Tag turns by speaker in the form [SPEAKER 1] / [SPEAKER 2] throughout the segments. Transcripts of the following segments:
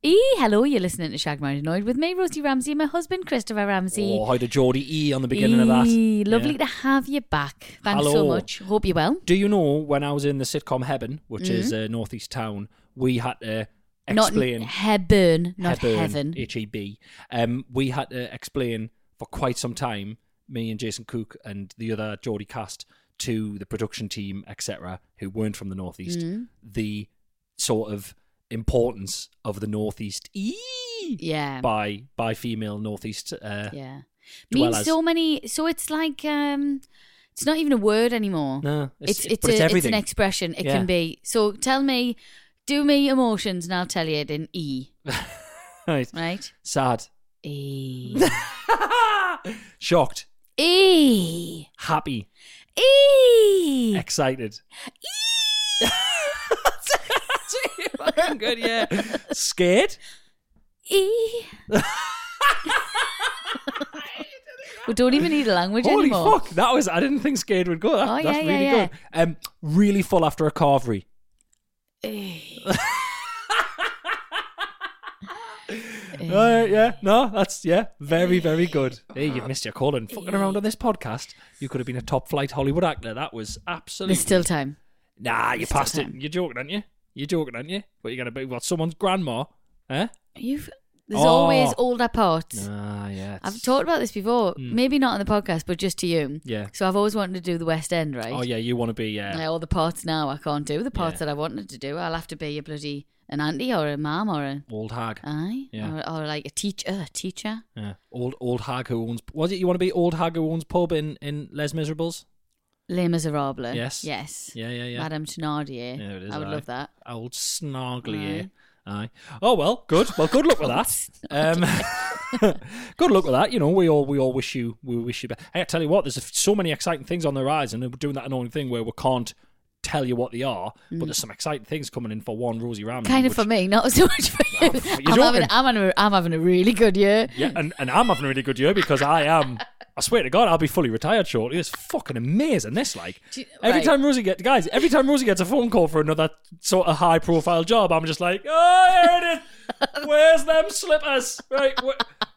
[SPEAKER 1] E, hello, you're listening to Shag Mountain Annoyed with me, Rosie Ramsey, and my husband, Christopher Ramsey.
[SPEAKER 2] Oh, hi to Geordie E on the beginning of that.
[SPEAKER 1] Ee, Lovely
[SPEAKER 2] Yeah.
[SPEAKER 1] to have you back. Thanks so
[SPEAKER 2] Hello.
[SPEAKER 1] much. Hope you're well.
[SPEAKER 2] Do you know when I was in the sitcom Heaven, which is a northeast town, we had to
[SPEAKER 1] Mm-hmm.
[SPEAKER 2] explain
[SPEAKER 1] Not heaven, not heaven.
[SPEAKER 2] H E B. Um, we had to explain for quite some time, me and Jason Cook and the other Geordie cast to the production team, etc., who weren't from the northeast,
[SPEAKER 1] Mm.
[SPEAKER 2] the sort of importance of the northeast E
[SPEAKER 1] Yeah.
[SPEAKER 2] by by female northeast. Uh,
[SPEAKER 1] yeah.
[SPEAKER 2] dwellers.
[SPEAKER 1] Means so many. So it's like um, it's not even a word anymore.
[SPEAKER 2] No,
[SPEAKER 1] it's
[SPEAKER 2] it's-
[SPEAKER 1] it's,
[SPEAKER 2] but it's
[SPEAKER 1] a,
[SPEAKER 2] everything.
[SPEAKER 1] an expression. It
[SPEAKER 2] Yeah.
[SPEAKER 1] can be. So tell me, do me emotions, and I'll tell you it in E,
[SPEAKER 2] Right.
[SPEAKER 1] right?
[SPEAKER 2] Sad,
[SPEAKER 1] E.
[SPEAKER 2] shocked,
[SPEAKER 1] e.
[SPEAKER 2] happy,
[SPEAKER 1] E.
[SPEAKER 2] excited. Fucking good, yeah. Scared?
[SPEAKER 1] E. we don't even need a language
[SPEAKER 2] Holy
[SPEAKER 1] anymore.
[SPEAKER 2] fuck! That was I didn't think scared would go. That,
[SPEAKER 1] Oh,
[SPEAKER 2] that's
[SPEAKER 1] yeah, yeah,
[SPEAKER 2] really
[SPEAKER 1] yeah.
[SPEAKER 2] good. Um, really full after a carvery.
[SPEAKER 1] Eh.
[SPEAKER 2] Right, Uh, yeah, no, that's yeah, very, very good. Hey, you missed your calling. Fucking around on this podcast, you could have been a top flight Hollywood actor. That was absolutely
[SPEAKER 1] There's still time.
[SPEAKER 2] nah. You
[SPEAKER 1] there's still
[SPEAKER 2] passed it.
[SPEAKER 1] time.
[SPEAKER 2] You're joking, aren't you? You're joking, aren't you? What you gonna be? What someone's grandma? Eh?
[SPEAKER 1] You've there's
[SPEAKER 2] Oh.
[SPEAKER 1] always older parts.
[SPEAKER 2] Ah, yeah. it's-
[SPEAKER 1] I've talked about this before, maybe not on the podcast, but just to you.
[SPEAKER 2] Yeah.
[SPEAKER 1] So I've always wanted to do the West End, right?
[SPEAKER 2] Oh yeah, you want to be?
[SPEAKER 1] Yeah,
[SPEAKER 2] Yeah.
[SPEAKER 1] all the parts now I can't do. The parts
[SPEAKER 2] Yeah.
[SPEAKER 1] that I wanted to do, I'll have to be a bloody an auntie or a mum or a
[SPEAKER 2] old hag.
[SPEAKER 1] aye,
[SPEAKER 2] Yeah.
[SPEAKER 1] or, or like a teacher, a teacher.
[SPEAKER 2] Yeah. Old old hag who owns. Was it you want to be old hag who owns pub in in Les Miserables?
[SPEAKER 1] Les Miserables.
[SPEAKER 2] Yes.
[SPEAKER 1] Yes.
[SPEAKER 2] Yeah, yeah, yeah.
[SPEAKER 1] Madame Thenardier.
[SPEAKER 2] Yeah, it is,
[SPEAKER 1] I would
[SPEAKER 2] aye.
[SPEAKER 1] love that.
[SPEAKER 2] Old snargly. eh? Aye. Oh well, good. Well, good luck with that. Um, good luck with that. You know, we all we all wish you we wish you. Be- hey, I tell you what, there's so many exciting things on the horizon, and we're doing that annoying thing where we can't tell you what they are, but there's some exciting things coming in for one Rosie Ramsey.
[SPEAKER 1] Mm. Kind of
[SPEAKER 2] Hmm. which-
[SPEAKER 1] for me, not so much for you. I'm,
[SPEAKER 2] you're
[SPEAKER 1] having,
[SPEAKER 2] joking.
[SPEAKER 1] I'm, having a, I'm having a really good year.
[SPEAKER 2] Yeah, and, and I'm having a really good year because I am. I swear to God, I'll be fully retired shortly. It's fucking amazing. This like
[SPEAKER 1] Do you-
[SPEAKER 2] every
[SPEAKER 1] right.
[SPEAKER 2] time Rosie gets guys, every time Rosie gets a phone call for another sort of high profile job, I'm just like, oh, here it is. Where's them slippers? Right, where,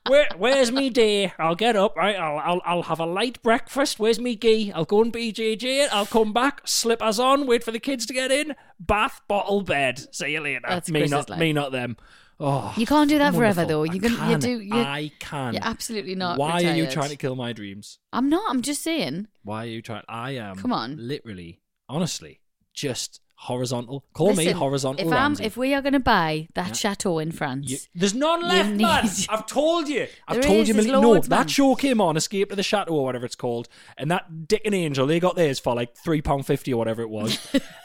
[SPEAKER 2] where where's me day? I'll get up. Right, I'll, I'll I'll have a light breakfast. Where's me gee? I'll go and BJJ it. I'll come back, slippers on, wait for the kids to get in, bath, bottle, bed. See you later.
[SPEAKER 1] That's
[SPEAKER 2] me
[SPEAKER 1] Chris's
[SPEAKER 2] not
[SPEAKER 1] life.
[SPEAKER 2] me not them. Oh,
[SPEAKER 1] You can't do that forever,
[SPEAKER 2] Wonderful.
[SPEAKER 1] though.
[SPEAKER 2] I
[SPEAKER 1] You can, you
[SPEAKER 2] can.
[SPEAKER 1] do. You,
[SPEAKER 2] I can.
[SPEAKER 1] You're absolutely not.
[SPEAKER 2] Why are you
[SPEAKER 1] retired.
[SPEAKER 2] trying to kill my dreams?
[SPEAKER 1] I'm not. I'm just saying.
[SPEAKER 2] Why are you trying? I am.
[SPEAKER 1] Come on.
[SPEAKER 2] Literally, honestly, just horizontal. Call me
[SPEAKER 1] Listen,
[SPEAKER 2] horizontal.
[SPEAKER 1] If, I'm,
[SPEAKER 2] Ramsey.
[SPEAKER 1] if we are going to buy that
[SPEAKER 2] Yeah.
[SPEAKER 1] chateau in France,
[SPEAKER 2] You- there's none left,
[SPEAKER 1] need-
[SPEAKER 2] man. I've told you. I've
[SPEAKER 1] There
[SPEAKER 2] told
[SPEAKER 1] is,
[SPEAKER 2] you.
[SPEAKER 1] there's
[SPEAKER 2] million- no,
[SPEAKER 1] loads, man.
[SPEAKER 2] that show came on, Escape to the Chateau or whatever it's called, and that Dick and Angel they got theirs for like three pound fifty or whatever it was,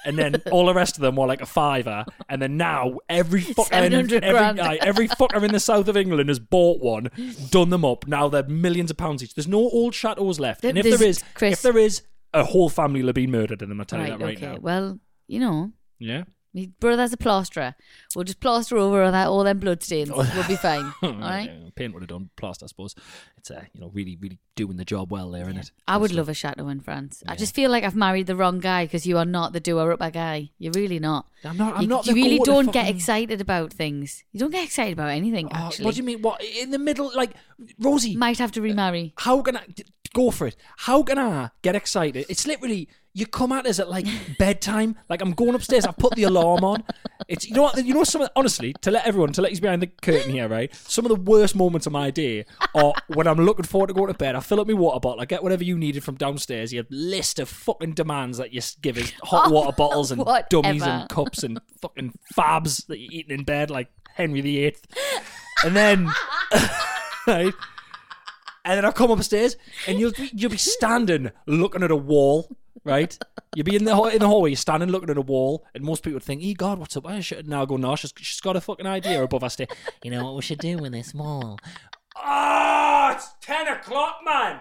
[SPEAKER 2] and then all the rest of them were like a fiver, and then now every fucker, in,
[SPEAKER 1] 700 grand.
[SPEAKER 2] every, aye, every fucker in the south of England has bought one, done them up. Now they're millions of pounds each. There's no old chateaus left,
[SPEAKER 1] There-
[SPEAKER 2] and if
[SPEAKER 1] there's-
[SPEAKER 2] there is,
[SPEAKER 1] Chris-
[SPEAKER 2] if there is, a whole family will be murdered in them. I tell you that right
[SPEAKER 1] okay.
[SPEAKER 2] now.
[SPEAKER 1] Well, you know,
[SPEAKER 2] Yeah.
[SPEAKER 1] My brother's a plasterer. We'll just plaster over that all them bloodstains. We'll be fine. All right.
[SPEAKER 2] Yeah, paint would have done plaster, I suppose. It's uh, you know really, really doing the job well there, isn't it?
[SPEAKER 1] I would love a chateau in France. I just feel like I've married the wrong guy because you are not the doer up guy. You're really not.
[SPEAKER 2] I'm not- I'm
[SPEAKER 1] you,
[SPEAKER 2] not
[SPEAKER 1] You
[SPEAKER 2] the
[SPEAKER 1] really
[SPEAKER 2] go- the
[SPEAKER 1] don't get
[SPEAKER 2] fucking-
[SPEAKER 1] excited about things. You don't get excited about anything.
[SPEAKER 2] Oh,
[SPEAKER 1] actually,
[SPEAKER 2] what do you mean? What in the middle? Like Rosie,
[SPEAKER 1] Might have to remarry.
[SPEAKER 2] how can I d- go for it? How can I get excited? It's literally you come at us at like bedtime. Like I'm going upstairs. I put the alarm on. It's you know what you know. Some of, honestly, to let everyone to let you behind the curtain here, right? Some of the worst moments of my day are when I'm looking forward to going to bed. I fill up my water bottle. I get whatever you needed from downstairs. Your list of fucking demands that you s- give us hot
[SPEAKER 1] Oh,
[SPEAKER 2] water bottles and dummies
[SPEAKER 1] whatever.
[SPEAKER 2] and cups and fucking fabs that you're eating in bed like Henry VIII. And then right? And then I'll come upstairs, and you'll be, you'll be standing looking at a wall, right? You'll be in the hall- in the hallway, you're standing looking at a wall, and most people would think, "E God, what's up?" I should now go. No, she's, she's got a fucking idea above our stay. You know what we should do with this wall? Oh, it's ten o'clock, man.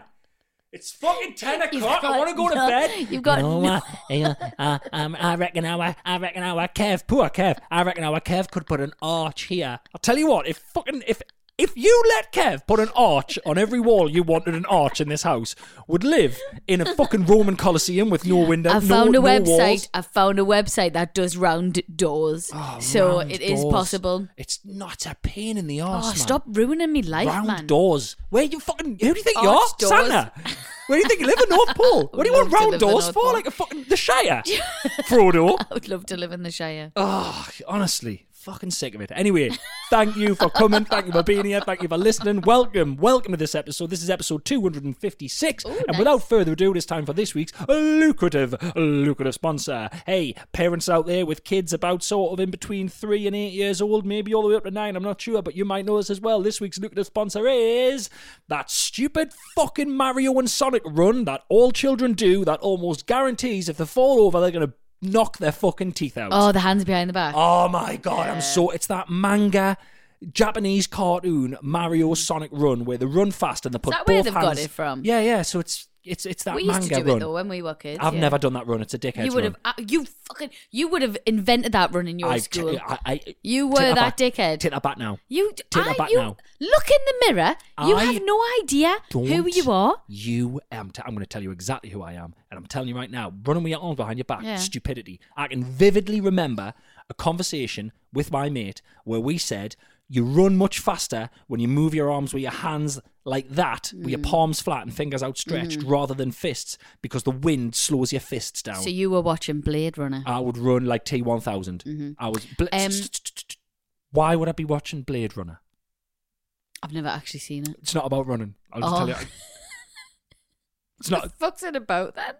[SPEAKER 2] It's fucking ten
[SPEAKER 1] You've
[SPEAKER 2] o'clock. I
[SPEAKER 1] got
[SPEAKER 2] want to go to
[SPEAKER 1] no-
[SPEAKER 2] bed.
[SPEAKER 1] You've got
[SPEAKER 2] You
[SPEAKER 1] no-
[SPEAKER 2] know what? You know, uh, um, I reckon our, I reckon our Kev, poor Kev, I reckon our Kev could put an arch here. I'll tell you what, if fucking if if you let Kev put an arch on every wall you wanted an arch in this house, would live in a fucking Roman Colosseum with no window.
[SPEAKER 1] I found
[SPEAKER 2] no,
[SPEAKER 1] a
[SPEAKER 2] no
[SPEAKER 1] website.
[SPEAKER 2] walls.
[SPEAKER 1] I found a website that does round doors, so
[SPEAKER 2] Oh, Round
[SPEAKER 1] it is
[SPEAKER 2] doors.
[SPEAKER 1] possible.
[SPEAKER 2] It's not a pain in the arse.
[SPEAKER 1] Oh,
[SPEAKER 2] man.
[SPEAKER 1] stop ruining me life,
[SPEAKER 2] round
[SPEAKER 1] man!
[SPEAKER 2] doors. Where you fucking? Who do you think you are,
[SPEAKER 1] Arch doors.
[SPEAKER 2] Santa? Where do you think you live in North Pole? What do you
[SPEAKER 1] Would love
[SPEAKER 2] want
[SPEAKER 1] to
[SPEAKER 2] round
[SPEAKER 1] live in
[SPEAKER 2] doors
[SPEAKER 1] North
[SPEAKER 2] for?
[SPEAKER 1] Pole.
[SPEAKER 2] Like a fucking the Shire, Frodo.
[SPEAKER 1] I would love to live in the Shire.
[SPEAKER 2] Oh, honestly, fucking sick of it. Anyway, thank you for coming. Thank you for being here. Thank you for listening. Welcome, welcome to this episode. This is episode 256. and without further ado, it's time for this week's lucrative, lucrative sponsor. Hey, parents out there with kids about sort of in between three and eight years old, maybe all the way up to nine, I'm not sure, but you might know this as well. This week's lucrative sponsor is that stupid fucking Mario and Sonic run that all children do that almost guarantees if they fall over, they're going to knock their fucking teeth out.
[SPEAKER 1] Oh, the hands behind the back.
[SPEAKER 2] Oh my god, I'm so it's that manga Japanese cartoon Mario Sonic Run where they run fast and they put
[SPEAKER 1] that where
[SPEAKER 2] both
[SPEAKER 1] they've
[SPEAKER 2] hands.
[SPEAKER 1] got it from?
[SPEAKER 2] Yeah, yeah. So it's it's it's that
[SPEAKER 1] we
[SPEAKER 2] manga
[SPEAKER 1] used to do
[SPEAKER 2] run.
[SPEAKER 1] it though when we were kids.
[SPEAKER 2] I've
[SPEAKER 1] yeah.
[SPEAKER 2] never done that run. It's a dickhead.
[SPEAKER 1] You would have. uh, You fucking. You would have invented that run in your
[SPEAKER 2] I,
[SPEAKER 1] school.
[SPEAKER 2] I, I-
[SPEAKER 1] you were that
[SPEAKER 2] take back.
[SPEAKER 1] dickhead.
[SPEAKER 2] Take that back now.
[SPEAKER 1] you.
[SPEAKER 2] take that
[SPEAKER 1] I-
[SPEAKER 2] back
[SPEAKER 1] you-
[SPEAKER 2] now.
[SPEAKER 1] Look in the mirror. You
[SPEAKER 2] I
[SPEAKER 1] have no idea who
[SPEAKER 2] Don't
[SPEAKER 1] you are.
[SPEAKER 2] You am. T- I'm going to tell you exactly who I am, and I'm telling you right now. Running with your arms behind your back,
[SPEAKER 1] Yeah.
[SPEAKER 2] stupidity. I can vividly remember a conversation with my mate where we said, "You run much faster when you move your arms with your hands like that, with
[SPEAKER 1] Mm.
[SPEAKER 2] your palms flat and fingers outstretched, rather than fists, because the wind slows your fists down."
[SPEAKER 1] So you were watching Blade Runner.
[SPEAKER 2] I would run like T1000. I was. Bl-
[SPEAKER 1] Um,
[SPEAKER 2] why would I be watching Blade Runner?
[SPEAKER 1] I've never actually seen it.
[SPEAKER 2] It's not about running. I'll just
[SPEAKER 1] Oh.
[SPEAKER 2] tell you. It's not.
[SPEAKER 1] fuck's it about then?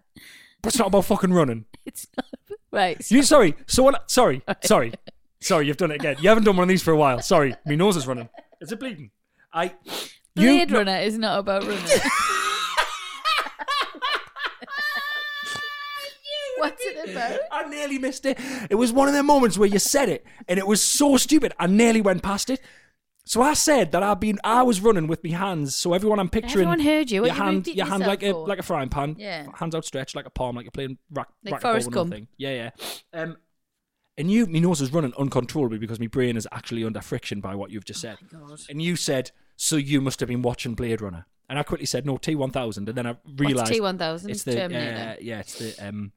[SPEAKER 2] But it's not about fucking running.
[SPEAKER 1] It's not right.
[SPEAKER 2] You sorry. So what? Sorry, sorry, sorry. You've done it again. You haven't done one of these for a while. Sorry, me nose is running. Is it bleeding? I. You,
[SPEAKER 1] Blade Runner is not about running. What's it about?
[SPEAKER 2] I nearly missed it. It was one of them moments where you said it, and it was so stupid. I nearly went past it. So I said that I've been. I was running with my hands. So everyone, I'm picturing.
[SPEAKER 1] Everyone heard you. What
[SPEAKER 2] Your
[SPEAKER 1] are you
[SPEAKER 2] hand,
[SPEAKER 1] repeating
[SPEAKER 2] your hand
[SPEAKER 1] yourself
[SPEAKER 2] like a
[SPEAKER 1] for?
[SPEAKER 2] like a frying pan.
[SPEAKER 1] Yeah.
[SPEAKER 2] Hands outstretched like a palm, like you're playing rack,
[SPEAKER 1] Like
[SPEAKER 2] racquetball
[SPEAKER 1] Forrest
[SPEAKER 2] and
[SPEAKER 1] Gump.
[SPEAKER 2] nothing. Yeah, yeah. Um, and you, me nose is running uncontrollably because my brain is actually under friction by what you've just
[SPEAKER 1] Oh
[SPEAKER 2] said. And you said, so you must have been watching Blade Runner. And I quickly said, no, T1000. And then I realised.
[SPEAKER 1] T1000?
[SPEAKER 2] It's the,
[SPEAKER 1] Terminator.
[SPEAKER 2] uh, yeah, it's the um,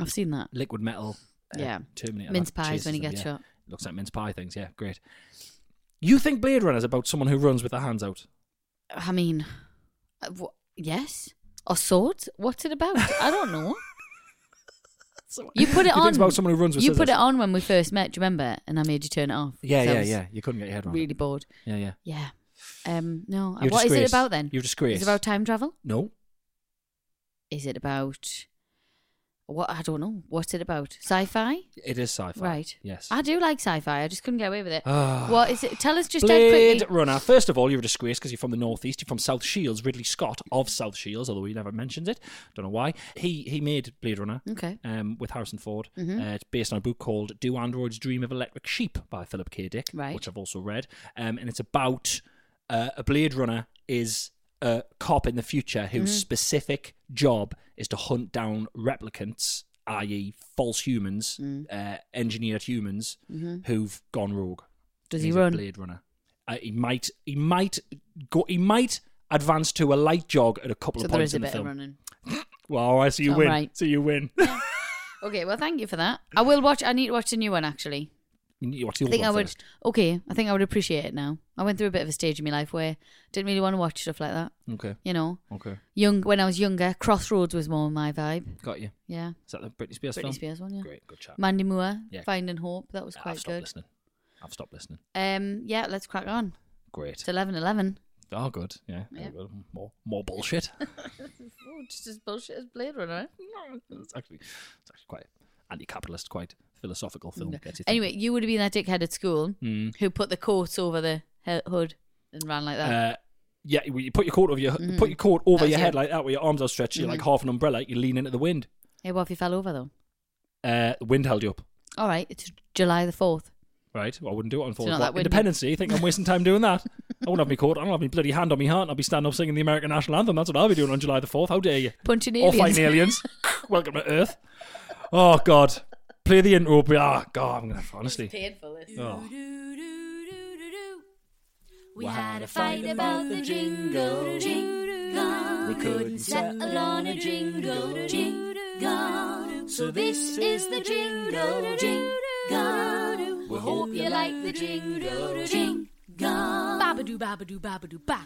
[SPEAKER 1] I've seen that.
[SPEAKER 2] liquid metal uh,
[SPEAKER 1] Yeah.
[SPEAKER 2] Terminator.
[SPEAKER 1] Mince
[SPEAKER 2] that
[SPEAKER 1] pies
[SPEAKER 2] chases
[SPEAKER 1] when he
[SPEAKER 2] them,
[SPEAKER 1] gets
[SPEAKER 2] yeah.
[SPEAKER 1] shot.
[SPEAKER 2] Looks like mince pie things. Yeah, great. You think Blade Runner is about someone who runs with their hands out?
[SPEAKER 1] I mean, uh, wha- yes, or swords. What's it about? I don't know. You put it on.
[SPEAKER 2] You think it's about someone who runs with
[SPEAKER 1] You put
[SPEAKER 2] scissors?
[SPEAKER 1] it on when we first met. Do you remember? And I made you turn it off.
[SPEAKER 2] Yeah,
[SPEAKER 1] 'cause I
[SPEAKER 2] yeah,
[SPEAKER 1] was
[SPEAKER 2] yeah. You couldn't get your head around. it.
[SPEAKER 1] Really bored.
[SPEAKER 2] Yeah, yeah.
[SPEAKER 1] Yeah. Um. No.
[SPEAKER 2] You're
[SPEAKER 1] what is
[SPEAKER 2] disgrace.
[SPEAKER 1] it about then?
[SPEAKER 2] You're disgrace.
[SPEAKER 1] Is it about time travel?
[SPEAKER 2] No.
[SPEAKER 1] Is it about what? I don't know. What's it about? Sci-fi.
[SPEAKER 2] It is sci-fi.
[SPEAKER 1] Right.
[SPEAKER 2] Yes.
[SPEAKER 1] I do like sci-fi. I just couldn't get away with it.
[SPEAKER 2] Ah.
[SPEAKER 1] what is it? Tell us just dead
[SPEAKER 2] Blade
[SPEAKER 1] quickly.
[SPEAKER 2] Runner. First of all, you're a disgrace because you're from the northeast. You're from South Shields. Ridley Scott of South Shields, although he never mentions it. Don't know why. He he made Blade Runner.
[SPEAKER 1] Okay.
[SPEAKER 2] Um, with Harrison Ford.
[SPEAKER 1] Mm-hmm.
[SPEAKER 2] Uh, it's based on a book called "Do Androids Dream of Electric Sheep" by Philip K. Dick,
[SPEAKER 1] Right.
[SPEAKER 2] which I've also read. Um, and it's about uh, a Blade Runner is
[SPEAKER 1] Mm-hmm.
[SPEAKER 2] a cop in the future whose specific job is to hunt down replicants i.e., false humans,
[SPEAKER 1] Mm.
[SPEAKER 2] uh, engineered humans who've gone rogue.
[SPEAKER 1] Mm-hmm. Does he
[SPEAKER 2] He's a
[SPEAKER 1] run?
[SPEAKER 2] Blade Runner. Uh, he might. He might go. He might advance to a light jog at a couple
[SPEAKER 1] So
[SPEAKER 2] of
[SPEAKER 1] there is
[SPEAKER 2] points
[SPEAKER 1] a
[SPEAKER 2] in the
[SPEAKER 1] bit of
[SPEAKER 2] film.
[SPEAKER 1] running.
[SPEAKER 2] Well, I see you
[SPEAKER 1] All
[SPEAKER 2] win.
[SPEAKER 1] right.
[SPEAKER 2] So you win.
[SPEAKER 1] Okay, well, thank you for that. I will watch. I need to watch the new one actually.
[SPEAKER 2] You need to watch the
[SPEAKER 1] I
[SPEAKER 2] old
[SPEAKER 1] think
[SPEAKER 2] one
[SPEAKER 1] I would.
[SPEAKER 2] first.
[SPEAKER 1] Okay, I think I would appreciate it now. I went through a bit of a stage in my life where I didn't really want to watch stuff like that.
[SPEAKER 2] Okay.
[SPEAKER 1] You know,
[SPEAKER 2] Okay.
[SPEAKER 1] young when I was younger, Crossroads was more my vibe.
[SPEAKER 2] Got you.
[SPEAKER 1] Yeah,
[SPEAKER 2] Is that the Britney Spears film?
[SPEAKER 1] Britney Spears one. Yeah,
[SPEAKER 2] Great. Good chat.
[SPEAKER 1] Mandy Moore,
[SPEAKER 2] Yeah. Ah,
[SPEAKER 1] Finding Hope. That was
[SPEAKER 2] I've
[SPEAKER 1] quite
[SPEAKER 2] stopped
[SPEAKER 1] good.
[SPEAKER 2] listening. I've stopped listening.
[SPEAKER 1] Um, yeah, let's crack on.
[SPEAKER 2] Great.
[SPEAKER 1] It's eleven eleven.
[SPEAKER 2] Oh, good. Yeah. there
[SPEAKER 1] Yeah.
[SPEAKER 2] we go. More, more bullshit.
[SPEAKER 1] Oh, just as bullshit as Blade Runner. eh?
[SPEAKER 2] it's actually, it's actually quite anti-capitalist, quite philosophical film. Gets you thinking.
[SPEAKER 1] Anyway, you would have been that dickhead at school
[SPEAKER 2] Mm.
[SPEAKER 1] who put the coats over the he- hood and ran like that.
[SPEAKER 2] Uh, yeah, well, you put your coat over your put your coat over
[SPEAKER 1] Mm-hmm. That's Mm-hmm.
[SPEAKER 2] your
[SPEAKER 1] you.
[SPEAKER 2] head like that, where your arms are stretched. You're like half an umbrella. You lean into the wind.
[SPEAKER 1] hey, what if he fell over though?
[SPEAKER 2] Uh, the wind held you up,
[SPEAKER 1] All right, it's July the fourth.
[SPEAKER 2] right? Well, I wouldn't do it on Fourth
[SPEAKER 1] not
[SPEAKER 2] of
[SPEAKER 1] that windy.
[SPEAKER 2] Independence Day. You think I'm wasting time doing that? I won't have my coat. I don't have my bloody hand on my heart. and I'll be standing up singing the American national anthem. That's what I'll be doing on July the Fourth. How dare you?
[SPEAKER 1] Punching
[SPEAKER 2] Or
[SPEAKER 1] aliens.
[SPEAKER 2] fighting aliens. Welcome to Earth. Oh God, play the intro. but- Ah, God, I'm gonna honestly.
[SPEAKER 1] Painful. This.
[SPEAKER 2] Oh.
[SPEAKER 3] We had a fight about the jingle, jingle. We couldn't settle on a jingle, jingle. So this is the jingle, jingle. We hope you like the jingle, jingle. Babadoo, babadoo, babadoo, ba.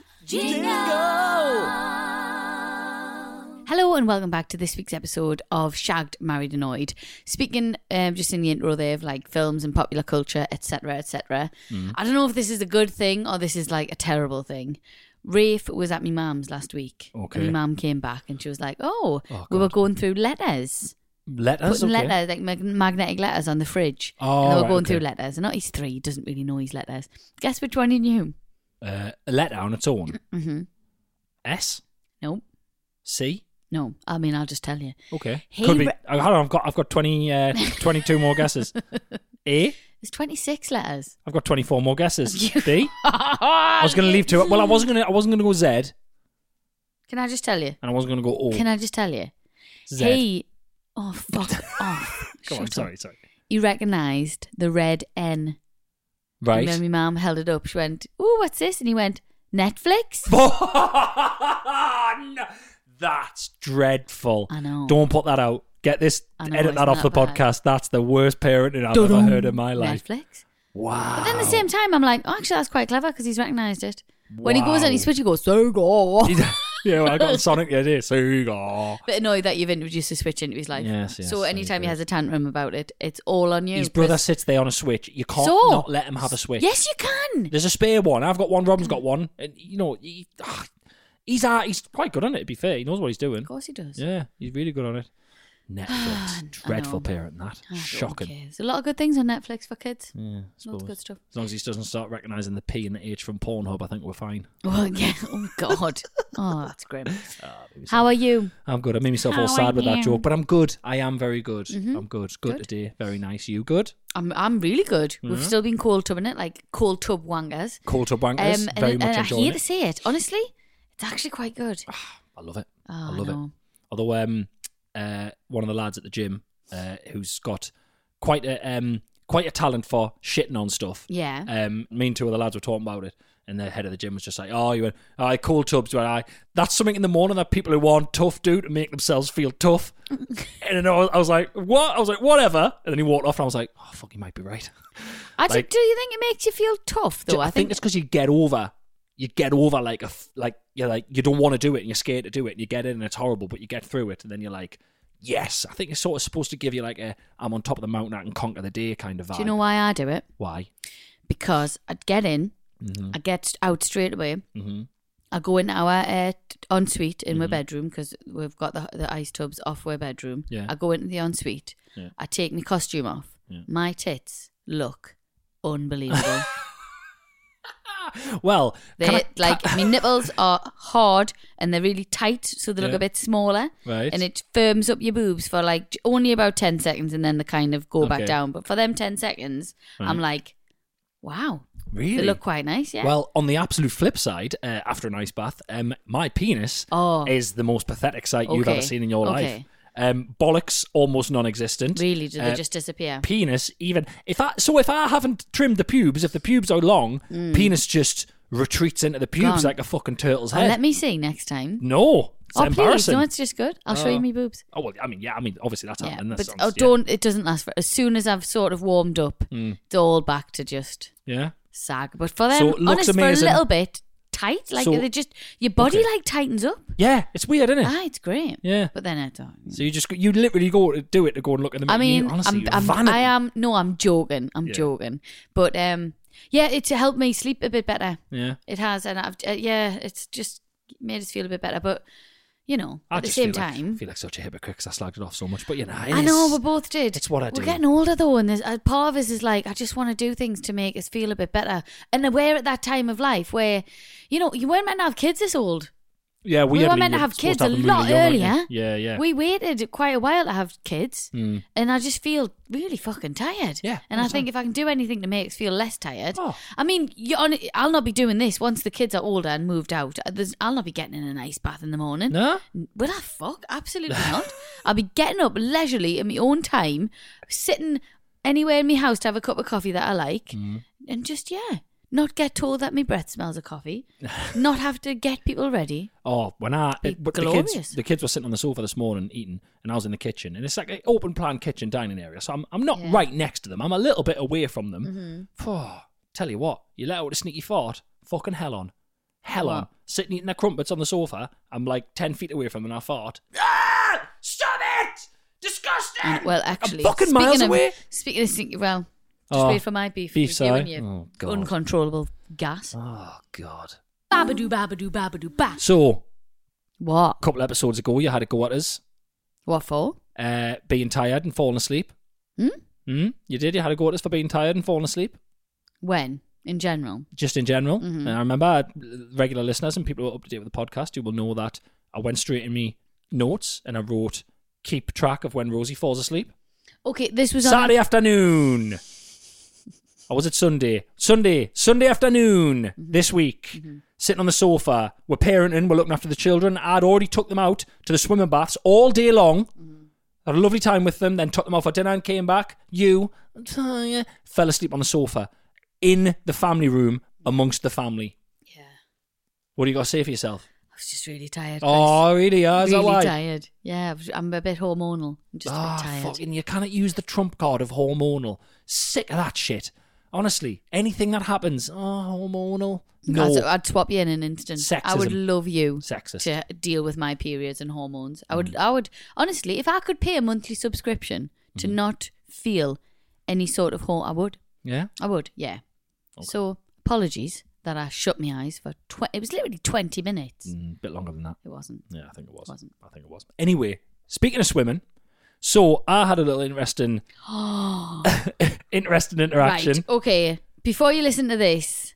[SPEAKER 3] Jingle.
[SPEAKER 1] Hello and welcome back to this week's episode of Shagged, Married, Annoyed. Speaking um, just in the intro there of like films and popular culture, etc., etc.
[SPEAKER 3] Mm-hmm.
[SPEAKER 1] I don't know if this is a good thing or this is like a terrible thing. Rafe was at my mum's last week.
[SPEAKER 2] Okay.
[SPEAKER 1] And my mum came back and she was like, "Oh,
[SPEAKER 2] Oh,
[SPEAKER 1] we were
[SPEAKER 2] God.
[SPEAKER 1] going through letters,
[SPEAKER 2] Letters,
[SPEAKER 1] putting
[SPEAKER 2] okay.
[SPEAKER 1] letters like mag- magnetic letters on the fridge,
[SPEAKER 2] Oh,
[SPEAKER 1] and they were
[SPEAKER 2] right,
[SPEAKER 1] going
[SPEAKER 2] okay.
[SPEAKER 1] through letters. And not he's three, he doesn't really know his letters. Guess which one he knew?
[SPEAKER 2] Uh, a letter on its own.
[SPEAKER 1] Mm-hmm.
[SPEAKER 2] S
[SPEAKER 1] Nope.
[SPEAKER 2] C.
[SPEAKER 1] No, I mean I'll just tell you.
[SPEAKER 2] Okay.
[SPEAKER 1] He
[SPEAKER 2] Could be.
[SPEAKER 1] re-
[SPEAKER 2] Oh, hold on, I've got I've got 20, uh, 22 more guesses. A.
[SPEAKER 1] There's 26 letters.
[SPEAKER 2] I've got twenty four more guesses. D. I was going to leave two. Well, I wasn't going to. I wasn't going to go Z, and
[SPEAKER 1] Can I just tell you?
[SPEAKER 2] I wasn't going to go O.
[SPEAKER 1] Can I just tell you?
[SPEAKER 2] Oh. Z.
[SPEAKER 1] He, oh fuck off!
[SPEAKER 2] Come
[SPEAKER 1] Shut
[SPEAKER 2] on.
[SPEAKER 1] up.
[SPEAKER 2] Sorry. Sorry.
[SPEAKER 1] He recognised the red N.
[SPEAKER 2] Right.
[SPEAKER 1] And when my mum held it up, she went, "Ooh, what's this?" And he went, "Netflix."
[SPEAKER 2] No, That's dreadful.
[SPEAKER 1] I know.
[SPEAKER 2] Don't put that out. Get this.
[SPEAKER 1] I know,
[SPEAKER 2] edit that
[SPEAKER 1] isn't
[SPEAKER 2] off
[SPEAKER 1] that
[SPEAKER 2] the
[SPEAKER 1] bad?
[SPEAKER 2] podcast. That's the worst parenting I've ever heard in my life.
[SPEAKER 1] Netflix.
[SPEAKER 2] Wow.
[SPEAKER 1] But then at the same time, I'm like, oh, actually, that's quite clever because he's recognised it. When he goes
[SPEAKER 2] Wow.
[SPEAKER 1] on his switch, he goes, "Sega."
[SPEAKER 2] yeah, well, I got Sonic the idea. Sugar.
[SPEAKER 1] Bit annoyed that you've introduced a switch into his life.
[SPEAKER 2] Yes, yes,
[SPEAKER 1] so
[SPEAKER 2] I
[SPEAKER 1] anytime
[SPEAKER 2] agree.
[SPEAKER 1] he has a tantrum about it, it's all on you.
[SPEAKER 2] His brother
[SPEAKER 1] Chris.
[SPEAKER 2] sits there on a switch. You can't
[SPEAKER 1] So-
[SPEAKER 2] not let him have a switch.
[SPEAKER 1] Yes, Mm. you can.
[SPEAKER 2] There's a spare one. I've got one. Robin's got one. And you know, he, ah, he's uh, he's quite good on it. To be fair, he knows what he's doing.
[SPEAKER 1] Of course he does.
[SPEAKER 2] Yeah, he's really good on it. Netflix, dreadful parent. That
[SPEAKER 1] I don't
[SPEAKER 2] shocking.
[SPEAKER 1] care. There's a lot of good things on Netflix for kids.
[SPEAKER 2] Yeah, I
[SPEAKER 1] Lots
[SPEAKER 2] suppose.
[SPEAKER 1] of good stuff.
[SPEAKER 2] As long as he doesn't start recognising the P and the H from Pornhub, I think we're fine.
[SPEAKER 1] Well, yeah. Oh God. oh, that's grim.
[SPEAKER 2] Ah,
[SPEAKER 1] How are you?
[SPEAKER 2] I'm good. I made myself all
[SPEAKER 1] How
[SPEAKER 2] sad
[SPEAKER 1] are
[SPEAKER 2] with that
[SPEAKER 1] you? Mm-hmm.
[SPEAKER 2] joke, but I'm good. I am very good. I'm good. Good, today. Very nice. You good?
[SPEAKER 1] I'm I'm really good.
[SPEAKER 2] Mm-hmm.
[SPEAKER 1] We've still been cold tubbing it, like cold tub wangers.
[SPEAKER 2] Cold tub
[SPEAKER 1] Um,
[SPEAKER 2] wankers.
[SPEAKER 1] and
[SPEAKER 2] very
[SPEAKER 1] and
[SPEAKER 2] much
[SPEAKER 1] I
[SPEAKER 2] enjoying
[SPEAKER 1] hate to
[SPEAKER 2] it.
[SPEAKER 1] say it, honestly, it's actually quite good.
[SPEAKER 2] I love it.
[SPEAKER 1] Oh,
[SPEAKER 2] I love it.
[SPEAKER 1] no.
[SPEAKER 2] Although um, uh, one of the lads at the gym uh, who's got quite a um, quite a talent for shitting on stuff.
[SPEAKER 1] Yeah.
[SPEAKER 2] Um, me and two other lads were talking about it, and the head of the gym was just like, "Oh, you went, I cold tubs, but I that's something in the morning that people who aren't tough do to make themselves feel tough." and then I was, I was like, "What?" I was like, "Whatever." And then he walked off, and I was like, "Oh, fuck, he might be right."
[SPEAKER 1] I do,
[SPEAKER 2] like-
[SPEAKER 1] do you think it makes you feel tough though?
[SPEAKER 2] I, think, it's because you get over. You get over like a f- like you're like you don't want to do it and you're scared to do it and you get in and it's horrible but you get through it and then you're like yes I think it's sort of supposed to give you like a I'm on top of the mountain I can conquer the day kind of
[SPEAKER 1] do
[SPEAKER 2] vibe.
[SPEAKER 1] you know why I do it?
[SPEAKER 2] why?
[SPEAKER 1] Because I'd get in, I get out straight away.
[SPEAKER 2] Mm-hmm.
[SPEAKER 1] I go in our uh, t- ensuite in my bedroom because we've got the, the ice tubs off our bedroom.
[SPEAKER 2] Yeah.
[SPEAKER 1] I go into the ensuite.
[SPEAKER 2] Yeah.
[SPEAKER 1] I take my costume off.
[SPEAKER 2] Yeah.
[SPEAKER 1] My tits look unbelievable.
[SPEAKER 2] Ah, Well,
[SPEAKER 1] they
[SPEAKER 2] can I-
[SPEAKER 1] are like my nipples are hard and they're really tight, so they look
[SPEAKER 2] Yeah.
[SPEAKER 1] a bit smaller.
[SPEAKER 2] Right.
[SPEAKER 1] And it firms up your boobs for like j- only about ten seconds, and then they kind of go
[SPEAKER 2] Okay. Hmm.
[SPEAKER 1] back down. But for them ten seconds, I'm like, wow,
[SPEAKER 2] really
[SPEAKER 1] they look quite nice. Yeah.
[SPEAKER 2] Well, on the absolute flip side, uh, after an ice bath, um, my penis
[SPEAKER 1] Oh.
[SPEAKER 2] is the most pathetic sight you've
[SPEAKER 1] Okay.
[SPEAKER 2] ever seen in your
[SPEAKER 1] Okay.
[SPEAKER 2] life. Um, bollocks almost non-existent.
[SPEAKER 1] Really, do they
[SPEAKER 2] Uh,
[SPEAKER 1] just disappear?
[SPEAKER 2] penis even if I so if I haven't trimmed the pubes, if the pubes are long, penis just retreats into the pubes
[SPEAKER 1] Hmm. Gone.
[SPEAKER 2] like a fucking turtle's
[SPEAKER 1] Oh,
[SPEAKER 2] head.
[SPEAKER 1] let me see next time.
[SPEAKER 2] no, it's
[SPEAKER 1] oh, please.
[SPEAKER 2] embarrassing.
[SPEAKER 1] No, it's just good. I'll show you me boobs.
[SPEAKER 2] oh well, I mean, yeah, I mean, obviously that's
[SPEAKER 1] Yeah,
[SPEAKER 2] happening. That
[SPEAKER 1] but
[SPEAKER 2] sounds-
[SPEAKER 1] oh,
[SPEAKER 2] yeah.
[SPEAKER 1] don't. It doesn't last for. As soon as I've sort of warmed up,
[SPEAKER 2] Hmm.
[SPEAKER 1] it's all back to just
[SPEAKER 2] Yeah.
[SPEAKER 1] sag. But for
[SPEAKER 2] So
[SPEAKER 1] them,
[SPEAKER 2] it looks
[SPEAKER 1] honest, for a
[SPEAKER 2] amazing.
[SPEAKER 1] little bit tight, like
[SPEAKER 2] So-
[SPEAKER 1] they just your body
[SPEAKER 2] Okay.
[SPEAKER 1] like tightens up.
[SPEAKER 2] Yeah, it's weird, isn't it?
[SPEAKER 1] Ah, it's great.
[SPEAKER 2] Yeah.
[SPEAKER 1] but then I don't.
[SPEAKER 2] so you just go- you literally go to do it to go and look in the mirror.
[SPEAKER 1] I mean,
[SPEAKER 2] you, honestly, you
[SPEAKER 1] I'm, I'm,
[SPEAKER 2] vanity.
[SPEAKER 1] I am no, I'm joking. I'm
[SPEAKER 2] Yeah.
[SPEAKER 1] joking. But um, yeah, it's helped me sleep a bit better.
[SPEAKER 2] Yeah.
[SPEAKER 1] It has, and I've uh, yeah, it's just made us feel a bit better. But you know,
[SPEAKER 2] I
[SPEAKER 1] at the
[SPEAKER 2] just
[SPEAKER 1] same
[SPEAKER 2] feel like-
[SPEAKER 1] time,
[SPEAKER 2] feel like such a hypocrite because I slagged it off so much. But you know, it
[SPEAKER 1] I know
[SPEAKER 2] is-
[SPEAKER 1] we both did.
[SPEAKER 2] it's what I do.
[SPEAKER 1] We're getting older though, and there's a part of us is like, I just want to do things to make us feel a bit better. And we're at that time of life where, you know, you weren't meant to have kids this old.
[SPEAKER 2] yeah,
[SPEAKER 1] We were
[SPEAKER 2] weirdly,
[SPEAKER 1] meant to
[SPEAKER 2] you're
[SPEAKER 1] have
[SPEAKER 2] supposed
[SPEAKER 1] kids a
[SPEAKER 2] them really
[SPEAKER 1] lot
[SPEAKER 2] young, aren't you?
[SPEAKER 1] earlier.
[SPEAKER 2] Yeah, yeah.
[SPEAKER 1] We waited quite a while to have kids,
[SPEAKER 2] Mm.
[SPEAKER 1] and I just feel really fucking tired.
[SPEAKER 2] Yeah, Oh.
[SPEAKER 1] And I think if I can do anything to make us feel less tired, I mean, you on, I'll not be doing this once the kids are older and moved out. Uh, There's, I'll not be getting in an ice bath in the morning.
[SPEAKER 2] no.
[SPEAKER 1] Will I fuck? Absolutely not. I'll be getting up leisurely in my own time, sitting anywhere in my house to have a cup of coffee that I like,
[SPEAKER 2] Hmm.
[SPEAKER 1] and just, yeah, not get told that my breath smells of coffee, not have to get people ready.
[SPEAKER 2] Oh, when I
[SPEAKER 1] Be
[SPEAKER 2] it- but the kids
[SPEAKER 1] glorious.
[SPEAKER 2] the kids were sitting on the sofa this morning eating, and I was in the kitchen, and it's like an open plan kitchen dining area, so I'm I'm not
[SPEAKER 1] Yeah. Mm-hmm.
[SPEAKER 2] right next to them. I'm a little bit away from them. Phew, tell you what, you let out a sneaky fart, fucking hell on, hell on.
[SPEAKER 1] What?
[SPEAKER 2] Sitting eating their crumpets on the sofa, I'm like ten feet away from them, and I fart. Ah! Stop it! Disgusting.
[SPEAKER 1] And, well, actually,
[SPEAKER 2] I'm fucking
[SPEAKER 1] speaking
[SPEAKER 2] miles
[SPEAKER 1] of,
[SPEAKER 2] away.
[SPEAKER 1] Speaking of, sink- well, just
[SPEAKER 2] Oh,
[SPEAKER 1] wait for my beef.
[SPEAKER 2] beef,
[SPEAKER 1] with you and
[SPEAKER 2] sorry.
[SPEAKER 1] your
[SPEAKER 2] Oh, God.
[SPEAKER 1] uncontrollable gas.
[SPEAKER 2] Oh God.
[SPEAKER 1] Babadoo, babadoo, babadoo, ba.
[SPEAKER 2] So
[SPEAKER 1] What?
[SPEAKER 2] a couple episodes ago, you had a go at us
[SPEAKER 1] What for?
[SPEAKER 2] uh, being tired and falling asleep.
[SPEAKER 1] Hmm?
[SPEAKER 2] Mm, you did. You had a go at us for being tired and falling asleep.
[SPEAKER 1] When? In general.
[SPEAKER 2] just in general. And I remember I, regular listeners and people who are up to date with the podcast, you will know that I went straight in me notes and I wrote keep track of when Rosie falls asleep.
[SPEAKER 1] Okay, this was on.
[SPEAKER 2] Saturday afternoon. Or was it Sunday? Sunday, Sunday afternoon
[SPEAKER 1] Mm-hmm.
[SPEAKER 2] this week. Sitting on the sofa, we're parenting, we're looking after the children. I'd already took them out to the swimming baths all day long.
[SPEAKER 1] Mm-hmm.
[SPEAKER 2] Had a lovely time with them, then took them out for dinner and came back. You, I'm tired, fell asleep on the sofa in the family room amongst the family.
[SPEAKER 1] yeah, I
[SPEAKER 2] What do you got to say for yourself?
[SPEAKER 1] was just really tired. Chris.
[SPEAKER 2] Oh, really? Yeah, is that
[SPEAKER 1] really
[SPEAKER 2] why?
[SPEAKER 1] tired. Yeah, I was- I'm a bit hormonal. I'm just a
[SPEAKER 2] Ah,
[SPEAKER 1] bit tired.
[SPEAKER 2] Fucking, you cannot use the trump card of hormonal. Sick of that shit. Honestly, anything that happens, oh, hormonal. No.
[SPEAKER 1] I'd, I'd swap you in an instant. I would
[SPEAKER 2] Sexism.
[SPEAKER 1] love you
[SPEAKER 2] Sexist.
[SPEAKER 1] to deal with my periods and hormones. I
[SPEAKER 2] Mm-hmm.
[SPEAKER 1] would, I would honestly, if I could pay a monthly subscription to
[SPEAKER 2] Mm-hmm.
[SPEAKER 1] not feel any sort of hormone, I would.
[SPEAKER 2] yeah?
[SPEAKER 1] I would, yeah. So apologies that I shut my eyes for twenty. It was literally twenty minutes.
[SPEAKER 2] Mm, bit longer than that.
[SPEAKER 1] It wasn't.
[SPEAKER 2] Yeah, I think it was.
[SPEAKER 1] Wasn't.
[SPEAKER 2] I think it was. Anyway, speaking of swimming, so I had a little interesting, interesting interaction.
[SPEAKER 1] Right. Okay. Before you listen to this,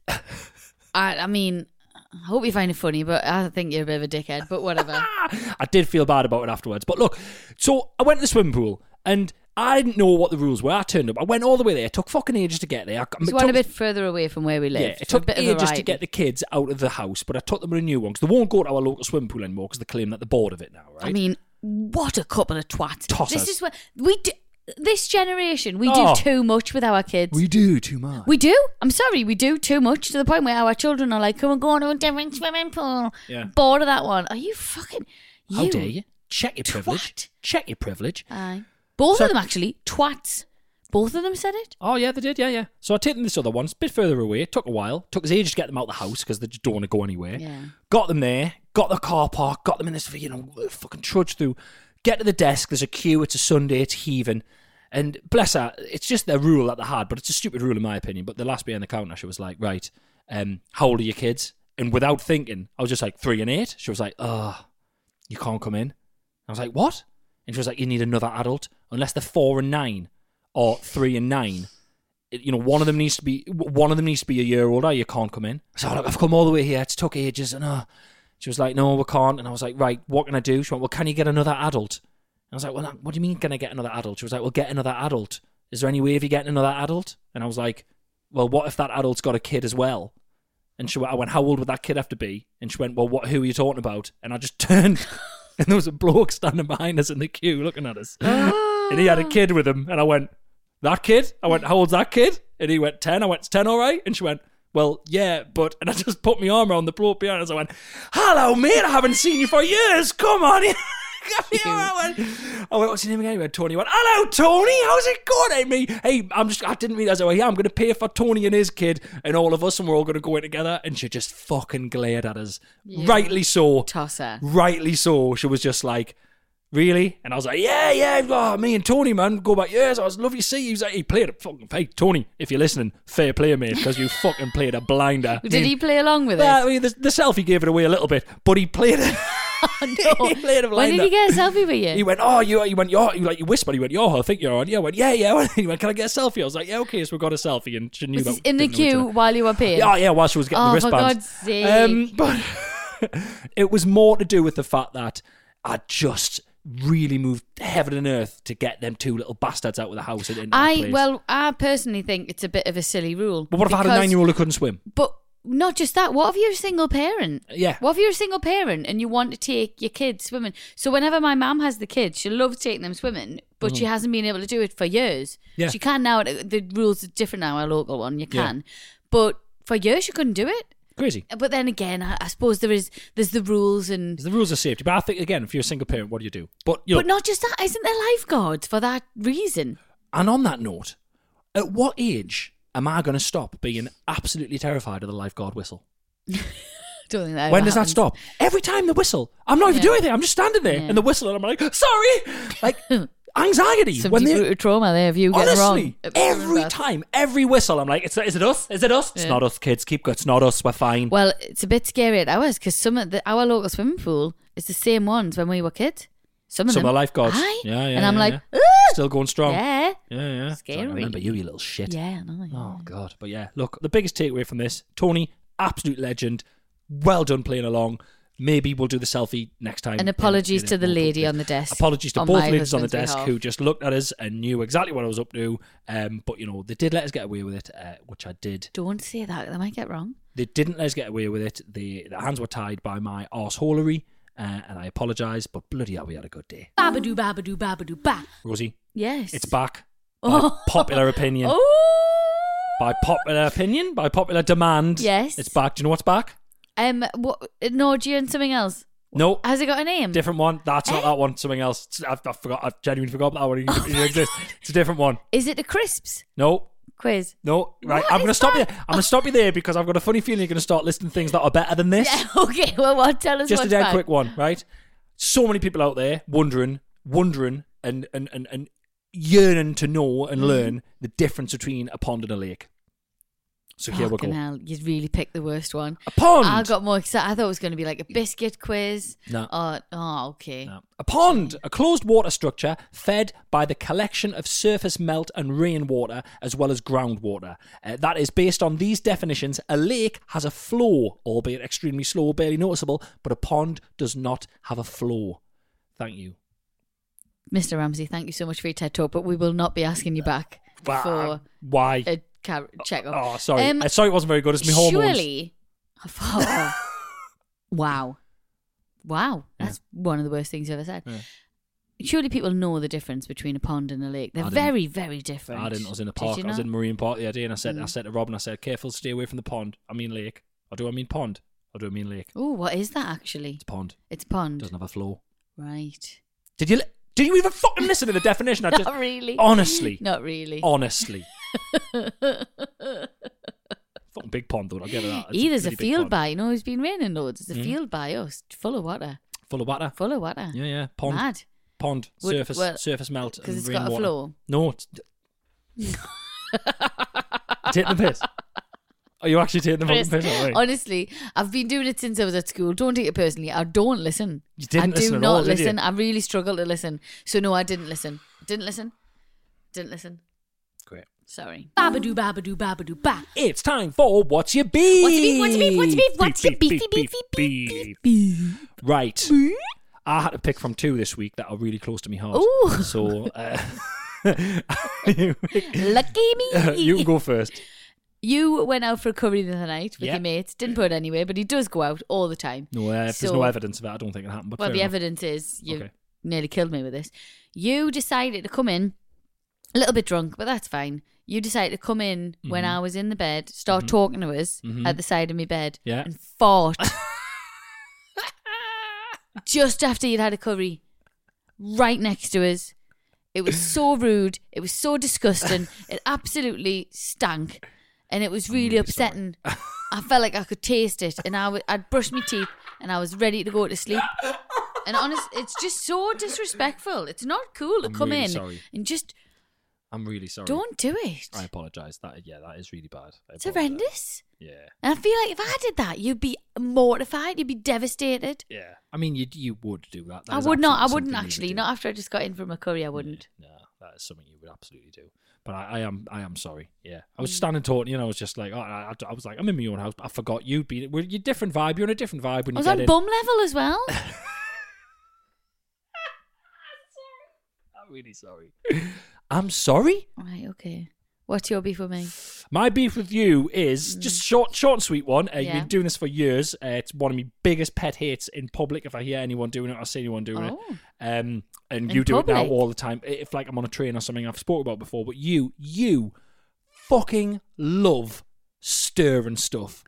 [SPEAKER 1] I, I mean, I hope you find it funny, but I think you're a bit of a dickhead. But whatever.
[SPEAKER 2] Ah, I did feel bad about it afterwards. But look, so I went to the swimming pool and I didn't know what the rules were. I turned up. I went all the way there. It took fucking ages to get there. I, it
[SPEAKER 1] It's one a
[SPEAKER 2] took-
[SPEAKER 1] bit further away from where we live.
[SPEAKER 2] Yeah, it
[SPEAKER 1] for a
[SPEAKER 2] took
[SPEAKER 1] bit of a
[SPEAKER 2] ages to
[SPEAKER 1] ride.
[SPEAKER 2] get the kids out of the house, but I took them to a new one because they won't go to our local swimming pool anymore because they claim that they're bored of it now, right?
[SPEAKER 1] I mean, what a couple of twats!
[SPEAKER 2] Tossers.
[SPEAKER 1] This is what we do. This generation, we
[SPEAKER 2] Oh.
[SPEAKER 1] do too much with our kids.
[SPEAKER 2] we do too much.
[SPEAKER 1] We do. I'm sorry, we do too much to the point where our children are like, "Come and go on to a different swimming pool."
[SPEAKER 2] Yeah.
[SPEAKER 1] Bored of that one? Are you fucking? You.
[SPEAKER 2] How dare you? Check your privilege.
[SPEAKER 1] Twat.
[SPEAKER 2] Check your privilege.
[SPEAKER 1] Aye. Both
[SPEAKER 2] So-
[SPEAKER 1] of them actually twats. Both of them said it.
[SPEAKER 2] Oh yeah, they did. Yeah, yeah. So I took them this other one, it's a bit further away. Took a while. Took us ages to get them out the house because they just don't want to go anywhere.
[SPEAKER 1] Yeah.
[SPEAKER 2] Got them there. Got the car park. Got them in this you know fucking trudge through. Get to the desk. There's a queue. It's a Sunday. It's heaving. And bless her, it's just their rule that they had, but it's a stupid rule in my opinion. But the last behind the counter, she was like, "Right, um, how old are your kids?" And without thinking, I was just like, three and eight. She was like, "Ah, you can't come in." I was like, "What?" And she was like, "You need another adult unless they're four and nine or three and nine. It- You know, one of them needs to be one of them needs to be a year older. You can't come in." So look, I've come all the way here. It's took ages, and uh, she was like, "No, we can't." And I was like, "Right, what can I do?" She went, "Well, can you get another adult?" And I was like, "Well, what do you mean? Can I get another adult?" She was like, "Well, get another adult. Is there any way of you getting another adult?" And I was like, "Well, what if that adult's got a kid as well?" And she, went- I went, "How old would that kid have to be?" And she went, "Well, what? Who are you talking about?" And I just turned and there was a bloke standing behind us in the queue looking at us. and he had a kid with him, and I went, That kid? I went, How old's that kid? And he went, 10. I went, "It's 10 all right? And she went, Well, yeah, but. And I just put my arm around the bloke behind us. I went, Hello, mate, I haven't seen you for years. Come on in." Come here. I went, I went, what's your name again? He went, Tony. I went, hello, Tony. How's it going? Hey, me. Hey, I'm just, I didn't realise. I went, yeah, I'm going to pay for Tony and his kid and all of us, and we're all going to go in together. And she just fucking glared at us. Rightly so
[SPEAKER 1] Tosser.
[SPEAKER 2] rightly so, she was just like, Really? And I was like, Yeah, yeah, oh, me and Tony, man, go back years. I was lovely to see you. He was like, He played a fucking. Hey, Tony, if you're listening, fair play, mate, because you fucking played a blinder.
[SPEAKER 1] Did he play along with
[SPEAKER 2] Well, I
[SPEAKER 1] it?
[SPEAKER 2] mean, the, the selfie gave it away a little bit, but he played it. he played a blinder.
[SPEAKER 1] When did he get a selfie with
[SPEAKER 2] He
[SPEAKER 1] you?
[SPEAKER 2] went, oh, you, you went, you're, you like, you whispered. He went, you're, I think you're on. Yeah, I went, yeah, yeah. He went, can I get a selfie? I was like, yeah, okay, so we got a selfie, and she knew
[SPEAKER 1] Was
[SPEAKER 2] that
[SPEAKER 1] this in the
[SPEAKER 2] didn't know each
[SPEAKER 1] queue
[SPEAKER 2] other.
[SPEAKER 1] while you were paying.
[SPEAKER 2] Yeah, yeah, while she was getting
[SPEAKER 1] Oh,
[SPEAKER 2] the
[SPEAKER 1] for
[SPEAKER 2] wristbands. Um,
[SPEAKER 1] God's sake.
[SPEAKER 2] but it was more to do with the fact that I just really moved heaven and earth to get them two little bastards out of the house and into that
[SPEAKER 1] I
[SPEAKER 2] place.
[SPEAKER 1] well, I personally think it's a bit of a silly rule.
[SPEAKER 2] But what if I had a
[SPEAKER 1] because-
[SPEAKER 2] nine-year-old who couldn't swim?
[SPEAKER 1] But not just that. What if you're a single parent?
[SPEAKER 2] Yeah.
[SPEAKER 1] What if you're a single parent and you want to take your kids swimming? So whenever my mum has the kids, she loves taking them swimming, but she hasn't been able to do it for years.
[SPEAKER 2] Mm. Yeah.
[SPEAKER 1] She can now. The rules are different now. Our local one, you
[SPEAKER 2] Yeah.
[SPEAKER 1] can, but for years she couldn't do it.
[SPEAKER 2] Crazy.
[SPEAKER 1] But then again, I, I suppose there is there's the rules and.
[SPEAKER 2] 'Cause The rules of safety, but I think again, if you're a single parent, what do you do? But you know,
[SPEAKER 1] But not just that, isn't there lifeguards for that reason?
[SPEAKER 2] and on that note, at what age am I going to stop being absolutely terrified of the lifeguard whistle?
[SPEAKER 1] Don't think that
[SPEAKER 2] when
[SPEAKER 1] ever
[SPEAKER 2] does
[SPEAKER 1] Oh,
[SPEAKER 2] that
[SPEAKER 1] happens.
[SPEAKER 2] stop? Every time the whistle, I'm not even
[SPEAKER 1] Yeah.
[SPEAKER 2] doing anything. I'm just standing there,
[SPEAKER 1] Yeah.
[SPEAKER 2] and the whistle, and I'm like, sorry, like anxiety.
[SPEAKER 1] Some
[SPEAKER 2] when
[SPEAKER 1] deep
[SPEAKER 2] they,
[SPEAKER 1] rooted trauma there of you getting
[SPEAKER 2] Honestly,
[SPEAKER 1] wrong.
[SPEAKER 2] every time, every whistle, I'm like, is, is it us? Is it us? It's
[SPEAKER 1] Yeah.
[SPEAKER 2] not us, kids. Keep going. It's not us. We're fine.
[SPEAKER 1] Well, it's a bit scary at ours because some of the, our local swimming pool is the same ones when we were kids. Some of
[SPEAKER 2] Some
[SPEAKER 1] them.
[SPEAKER 2] of the lifeguards.
[SPEAKER 1] Aye.
[SPEAKER 2] Yeah, yeah,
[SPEAKER 1] And I'm
[SPEAKER 2] yeah,
[SPEAKER 1] like,
[SPEAKER 2] yeah. Still going
[SPEAKER 1] "Ugh,
[SPEAKER 2] strong.
[SPEAKER 1] yeah.
[SPEAKER 2] yeah. yeah. It's like, I
[SPEAKER 1] Scary.
[SPEAKER 2] remember you, you little shit.
[SPEAKER 1] Yeah, I know.
[SPEAKER 2] Oh god. But yeah, look, the biggest takeaway from this, Tony, absolute legend. Well done playing along. Maybe we'll do the selfie next time.
[SPEAKER 1] And apologies
[SPEAKER 2] In- in-
[SPEAKER 1] to the
[SPEAKER 2] in-
[SPEAKER 1] lady on the desk.
[SPEAKER 2] Apologies to
[SPEAKER 1] on
[SPEAKER 2] both
[SPEAKER 1] my
[SPEAKER 2] ladies on the
[SPEAKER 1] husband's
[SPEAKER 2] desk
[SPEAKER 1] behalf.
[SPEAKER 2] who just looked at us and knew exactly what I was up to. Um, but you know, they did let us get away with it, uh, which I did
[SPEAKER 1] Don't say that. They might get wrong.
[SPEAKER 2] they didn't let us get away with it. The, the hands were tied by my arseholery, uh, and I apologise, but bloody hell, we had a good day.
[SPEAKER 1] Babadoo, babadoo, babadoo, ba.
[SPEAKER 2] Rosie,
[SPEAKER 1] Yes.
[SPEAKER 2] it's back. By popular opinion.
[SPEAKER 1] Oh.
[SPEAKER 2] By popular opinion, by popular demand.
[SPEAKER 1] Yes.
[SPEAKER 2] It's back. Do you know what's back?
[SPEAKER 1] Um, what? Norgia and something else.
[SPEAKER 2] No.
[SPEAKER 1] Has it got a name?
[SPEAKER 2] Different one. That's
[SPEAKER 1] Um,
[SPEAKER 2] not
[SPEAKER 1] Eh? Oh
[SPEAKER 2] that one. Something else. It's- I've, I forgot. I've genuinely forgot that one even, even exists. It's a different one.
[SPEAKER 1] Is it the crisps
[SPEAKER 2] No.
[SPEAKER 1] quiz?
[SPEAKER 2] No. Right.
[SPEAKER 1] What
[SPEAKER 2] I'm going to
[SPEAKER 1] is
[SPEAKER 2] stop you.
[SPEAKER 1] that?
[SPEAKER 2] I'm going to stop you there because I've got a funny feeling you're going to start listing things that are better than this.
[SPEAKER 1] Yeah. Okay. Well, what? Tell us.
[SPEAKER 2] just a
[SPEAKER 1] what's
[SPEAKER 2] dead
[SPEAKER 1] back.
[SPEAKER 2] quick one, right? So many people out there wondering, wondering, and and and, and yearning to know
[SPEAKER 1] Mm.
[SPEAKER 2] and learn the difference between a pond and a lake. So here we
[SPEAKER 1] Fucking
[SPEAKER 2] go.
[SPEAKER 1] hell, you really picked the worst one.
[SPEAKER 2] A pond.
[SPEAKER 1] I got more excited. I thought it was going to be like a biscuit quiz.
[SPEAKER 2] No.
[SPEAKER 1] Oh, oh okay.
[SPEAKER 2] No. A pond, a closed water structure fed by the collection of surface melt and rainwater as well as groundwater. Uh, that is based on these definitions. A lake has a flow, albeit extremely slow, barely noticeable, but a pond does not have a flow. Thank you.
[SPEAKER 1] Mr. Ramsey, thank you so much for your TED talk, but we will not be asking you back
[SPEAKER 2] Wow.
[SPEAKER 1] for
[SPEAKER 2] Why?
[SPEAKER 1] a car- check Um,
[SPEAKER 2] Oh, sorry. Uh, sorry, it wasn't very good. It's my hormones.
[SPEAKER 1] surely. oh, wow. Wow. That's one of the worst things you've ever said. Surely people know the difference between a pond and a lake. They're
[SPEAKER 2] I didn't.
[SPEAKER 1] very, very different.
[SPEAKER 2] I didn't. I was in a
[SPEAKER 1] Did
[SPEAKER 2] park.
[SPEAKER 1] you
[SPEAKER 2] I was
[SPEAKER 1] not? Mm.
[SPEAKER 2] in Marine Park the other day, and I said, I said to Robin, I said, "Careful, stay away from the pond. I mean lake. Or do I mean pond? Or do I mean lake?
[SPEAKER 1] Ooh, what is that actually?
[SPEAKER 2] It's a pond.
[SPEAKER 1] It's a
[SPEAKER 2] It
[SPEAKER 1] pond.
[SPEAKER 2] doesn't have a floor.
[SPEAKER 1] Right.
[SPEAKER 2] Did you? li- Did you even fucking listen to the definition? I just
[SPEAKER 1] Not really.
[SPEAKER 2] honestly, Oh.
[SPEAKER 1] Not really.
[SPEAKER 2] honestly. fucking big pond though. I'll give it that. It's
[SPEAKER 1] Either's a
[SPEAKER 2] bloody big
[SPEAKER 1] field
[SPEAKER 2] pond. Hmm?
[SPEAKER 1] by, you know, it's been raining loads. It's a field by us, full of water,
[SPEAKER 2] full of water.
[SPEAKER 1] full of water.
[SPEAKER 2] Yeah, yeah. Pond,
[SPEAKER 1] Mad.
[SPEAKER 2] pond,
[SPEAKER 1] Would-
[SPEAKER 2] surface,
[SPEAKER 1] well,
[SPEAKER 2] surface melt,
[SPEAKER 1] 'cause
[SPEAKER 2] and
[SPEAKER 1] it's got a
[SPEAKER 2] rainwater.
[SPEAKER 1] floor.
[SPEAKER 2] No, it's... taking the piss. Are you actually taking the fucking
[SPEAKER 1] Chris,
[SPEAKER 2] piss? Aren't we?
[SPEAKER 1] honestly, I've been doing it since I was at school. Don't take it personally. I don't listen.
[SPEAKER 2] You didn't
[SPEAKER 1] I do
[SPEAKER 2] listen at
[SPEAKER 1] not
[SPEAKER 2] all, did you?
[SPEAKER 1] listen. I really struggle to listen. So no, I didn't listen. Didn't listen. Didn't listen.
[SPEAKER 2] Great.
[SPEAKER 1] Sorry. Babadoo, babadoo, babadoo, ba.
[SPEAKER 2] It's time for what's your beef?
[SPEAKER 1] What's your beef? What's your beef? What's your beef? What's your beef? Beef,
[SPEAKER 2] Beep,
[SPEAKER 1] beef, Hmm?
[SPEAKER 2] beep, beef, beef. Right. I had to pick from two this week that are really close to me heart.
[SPEAKER 1] Ooh.
[SPEAKER 2] So uh, you,
[SPEAKER 1] Lucky me.
[SPEAKER 2] you can go first.
[SPEAKER 1] You went out for a curry the other night with
[SPEAKER 2] Yeah.
[SPEAKER 1] your mates. Didn't put it anywhere, but he does go out all the time.
[SPEAKER 2] No, uh, if there's
[SPEAKER 1] So-
[SPEAKER 2] no evidence of that, I don't think it happened. But
[SPEAKER 1] Well,
[SPEAKER 2] fair
[SPEAKER 1] the
[SPEAKER 2] enough.
[SPEAKER 1] evidence is you
[SPEAKER 2] Okay.
[SPEAKER 1] nearly killed me with this. You decided to come in a little bit drunk, but that's fine. You decided to come in when
[SPEAKER 2] Mm-hmm.
[SPEAKER 1] I was in the bed, start talking to us at the side of my bed,
[SPEAKER 2] Yeah.
[SPEAKER 1] and fart just after you'd had a curry, right next to us. It was so rude. It was so disgusting. It absolutely stank, and it was really upsetting. I felt like I could taste it, and I w- I'd brushed my teeth, and I was ready to go to sleep. And honest, it's just so disrespectful. It's not cool to
[SPEAKER 2] I'm
[SPEAKER 1] come
[SPEAKER 2] really
[SPEAKER 1] in
[SPEAKER 2] sorry.
[SPEAKER 1] and just
[SPEAKER 2] I'm really sorry.
[SPEAKER 1] don't do it.
[SPEAKER 2] I apologise. That yeah, that is really bad. I
[SPEAKER 1] It's
[SPEAKER 2] apologise.
[SPEAKER 1] horrendous.
[SPEAKER 2] Yeah,
[SPEAKER 1] And I feel like if I did that, you'd be mortified. You'd be devastated.
[SPEAKER 2] yeah. I mean, you you would do that. That
[SPEAKER 1] I
[SPEAKER 2] is
[SPEAKER 1] would not. I
[SPEAKER 2] absolutely
[SPEAKER 1] wouldn't
[SPEAKER 2] something you would
[SPEAKER 1] actually.
[SPEAKER 2] do.
[SPEAKER 1] Not after I just got in from a curry. I
[SPEAKER 2] Yeah,
[SPEAKER 1] wouldn't.
[SPEAKER 2] no, that is something you would absolutely do. But I, I am I am sorry. Yeah, I was standing talking, and I was just like, oh, I, I- I was like, I'm in my own house. But I forgot you'd be. Well, you're different vibe. You're on a different vibe
[SPEAKER 1] I
[SPEAKER 2] when you
[SPEAKER 1] was
[SPEAKER 2] get
[SPEAKER 1] on
[SPEAKER 2] in.
[SPEAKER 1] bum level as well.
[SPEAKER 2] I'm really sorry. I'm sorry.
[SPEAKER 1] right. Okay. What's your beef with me?
[SPEAKER 2] My beef with you is just short, short and sweet one. Uh, You've
[SPEAKER 1] Mm. Yeah.
[SPEAKER 2] been doing this for years. Uh, it's one of my biggest pet hates in public. If I hear anyone doing it, I see anyone doing it.
[SPEAKER 1] Oh.
[SPEAKER 2] Um,
[SPEAKER 1] In
[SPEAKER 2] and you do it now
[SPEAKER 1] public?
[SPEAKER 2] all the time. I- If like I'm on a train or something, I've spoken about before. But you, you, fucking love stirring stuff.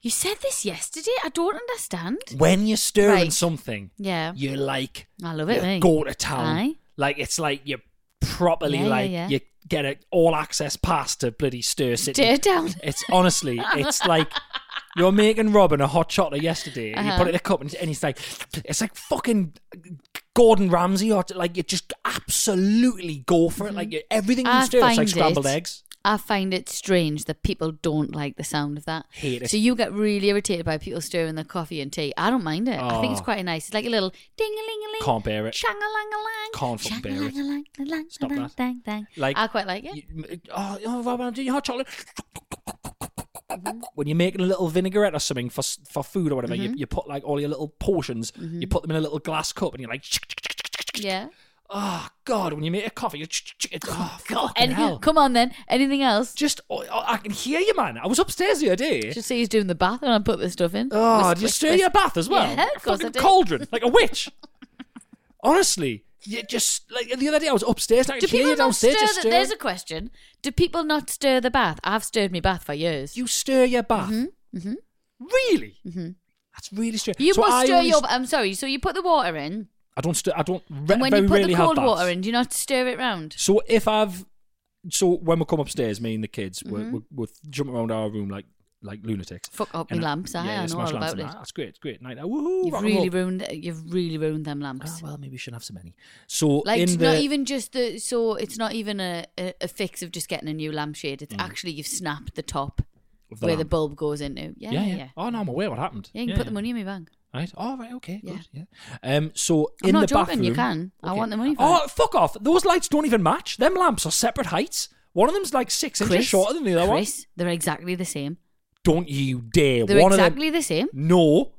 [SPEAKER 1] You said this yesterday. I don't understand.
[SPEAKER 2] When you're stirring
[SPEAKER 1] Right.
[SPEAKER 2] something,
[SPEAKER 1] Yeah.
[SPEAKER 2] you're like
[SPEAKER 1] I love it,
[SPEAKER 2] you
[SPEAKER 1] mate.
[SPEAKER 2] go to town.
[SPEAKER 1] Aye.
[SPEAKER 2] Like it's like you properly
[SPEAKER 1] Yeah, yeah,
[SPEAKER 2] like
[SPEAKER 1] yeah.
[SPEAKER 2] you get an all access pass to bloody stir city.
[SPEAKER 1] Tear down.
[SPEAKER 2] It's honestly, it's like you're making Robin a hot chocolate yesterday, and you put it in a cup, and, and he's like, it's like fucking Gordon Ramsay, or like you just absolutely go for it, like you, everything you
[SPEAKER 1] Mm-hmm. I
[SPEAKER 2] stir, it's like
[SPEAKER 1] find
[SPEAKER 2] scrambled
[SPEAKER 1] it-
[SPEAKER 2] eggs.
[SPEAKER 1] I find it strange that people don't like the sound of that.
[SPEAKER 2] Hate it.
[SPEAKER 1] So you get really irritated by people stirring their coffee and tea. I don't mind it. I think it's
[SPEAKER 2] Oh.
[SPEAKER 1] quite nice. It's like a little ding a ling a ling.
[SPEAKER 2] Can't bear it.
[SPEAKER 1] Chang a lang a lang.
[SPEAKER 2] Can't fucking bear it. Stop that.
[SPEAKER 1] Dang, dang.
[SPEAKER 2] Like-
[SPEAKER 1] I quite like it.
[SPEAKER 2] You- oh, oh, Robin, do your hot chocolate. When you're making a little vinaigrette or something for s- for food or whatever,
[SPEAKER 1] Mm-hmm.
[SPEAKER 2] you, you put like all your little portions, you put them in a little glass cup, and you're like,
[SPEAKER 1] yeah.
[SPEAKER 2] oh god, when you make a coffee, you it's oh, god,
[SPEAKER 1] And
[SPEAKER 2] hell.
[SPEAKER 1] come on then. Anything else?
[SPEAKER 2] just oh, oh, I can hear you, man. I was upstairs the other day.
[SPEAKER 1] Just say he's doing the bath and I put this stuff in.
[SPEAKER 2] oh,
[SPEAKER 1] Whisk,
[SPEAKER 2] did you
[SPEAKER 1] whisk,
[SPEAKER 2] stir
[SPEAKER 1] whisk.
[SPEAKER 2] your bath as well?
[SPEAKER 1] Yeah, of course I
[SPEAKER 2] Fucking
[SPEAKER 1] did.
[SPEAKER 2] cauldron, like a witch. Honestly, you just like the other day I was upstairs. and I
[SPEAKER 1] Do
[SPEAKER 2] could hear
[SPEAKER 1] people
[SPEAKER 2] you
[SPEAKER 1] not stir?
[SPEAKER 2] downstairs. just
[SPEAKER 1] The,
[SPEAKER 2] stirring.
[SPEAKER 1] there's a question. Do people not stir the bath? I've stirred my bath for years.
[SPEAKER 2] You stir your bath.
[SPEAKER 1] mhm.
[SPEAKER 2] Really? That's really strange.
[SPEAKER 1] Mm-hmm. You
[SPEAKER 2] so
[SPEAKER 1] must
[SPEAKER 2] I
[SPEAKER 1] stir
[SPEAKER 2] only
[SPEAKER 1] your.
[SPEAKER 2] st-
[SPEAKER 1] I'm sorry. So you put the water in,
[SPEAKER 2] I don't stir. I don't. Re-
[SPEAKER 1] and when
[SPEAKER 2] very
[SPEAKER 1] you put
[SPEAKER 2] rarely
[SPEAKER 1] the
[SPEAKER 2] have
[SPEAKER 1] cold
[SPEAKER 2] baths.
[SPEAKER 1] water in, do you not stir it round?
[SPEAKER 2] So if I've so when we come upstairs, me and the kids, we're, we're, we're jumping around our room like like lunatics.
[SPEAKER 1] Mm-hmm. Fuck up my
[SPEAKER 2] And I-
[SPEAKER 1] lamps. aye,
[SPEAKER 2] yeah,
[SPEAKER 1] I know
[SPEAKER 2] smash
[SPEAKER 1] all
[SPEAKER 2] lamps
[SPEAKER 1] about
[SPEAKER 2] and
[SPEAKER 1] it.
[SPEAKER 2] that. That's great. It's great. Night. out. Woohoo!
[SPEAKER 1] You've
[SPEAKER 2] rock and
[SPEAKER 1] really
[SPEAKER 2] roll.
[SPEAKER 1] ruined. You've really ruined them
[SPEAKER 2] Ah,
[SPEAKER 1] lamps.
[SPEAKER 2] well, maybe we shouldn't have so many. So
[SPEAKER 1] Like
[SPEAKER 2] in
[SPEAKER 1] it's
[SPEAKER 2] the
[SPEAKER 1] not even just the. So it's not even a, a, a fix of just getting a new lampshade. It's actually you've snapped the top
[SPEAKER 2] Mm. of
[SPEAKER 1] where the
[SPEAKER 2] lamp.
[SPEAKER 1] bulb goes into. Yeah, yeah.
[SPEAKER 2] yeah,
[SPEAKER 1] yeah.
[SPEAKER 2] Oh no, I'm aware what happened.
[SPEAKER 1] you can put the money in my bank.
[SPEAKER 2] Right. All right. Okay.
[SPEAKER 1] Yeah.
[SPEAKER 2] Good. Yeah. Um. So
[SPEAKER 1] I'm
[SPEAKER 2] in
[SPEAKER 1] not
[SPEAKER 2] the
[SPEAKER 1] joking,
[SPEAKER 2] bathroom,
[SPEAKER 1] you can. I want the money for
[SPEAKER 2] oh, fuck off! Those lights don't even match. Them lamps are separate heights. One of them's like six inches shorter than the other one.
[SPEAKER 1] Chris, they're exactly the same.
[SPEAKER 2] Don't you dare!
[SPEAKER 1] They're
[SPEAKER 2] one
[SPEAKER 1] exactly
[SPEAKER 2] of
[SPEAKER 1] the same.
[SPEAKER 2] them. No.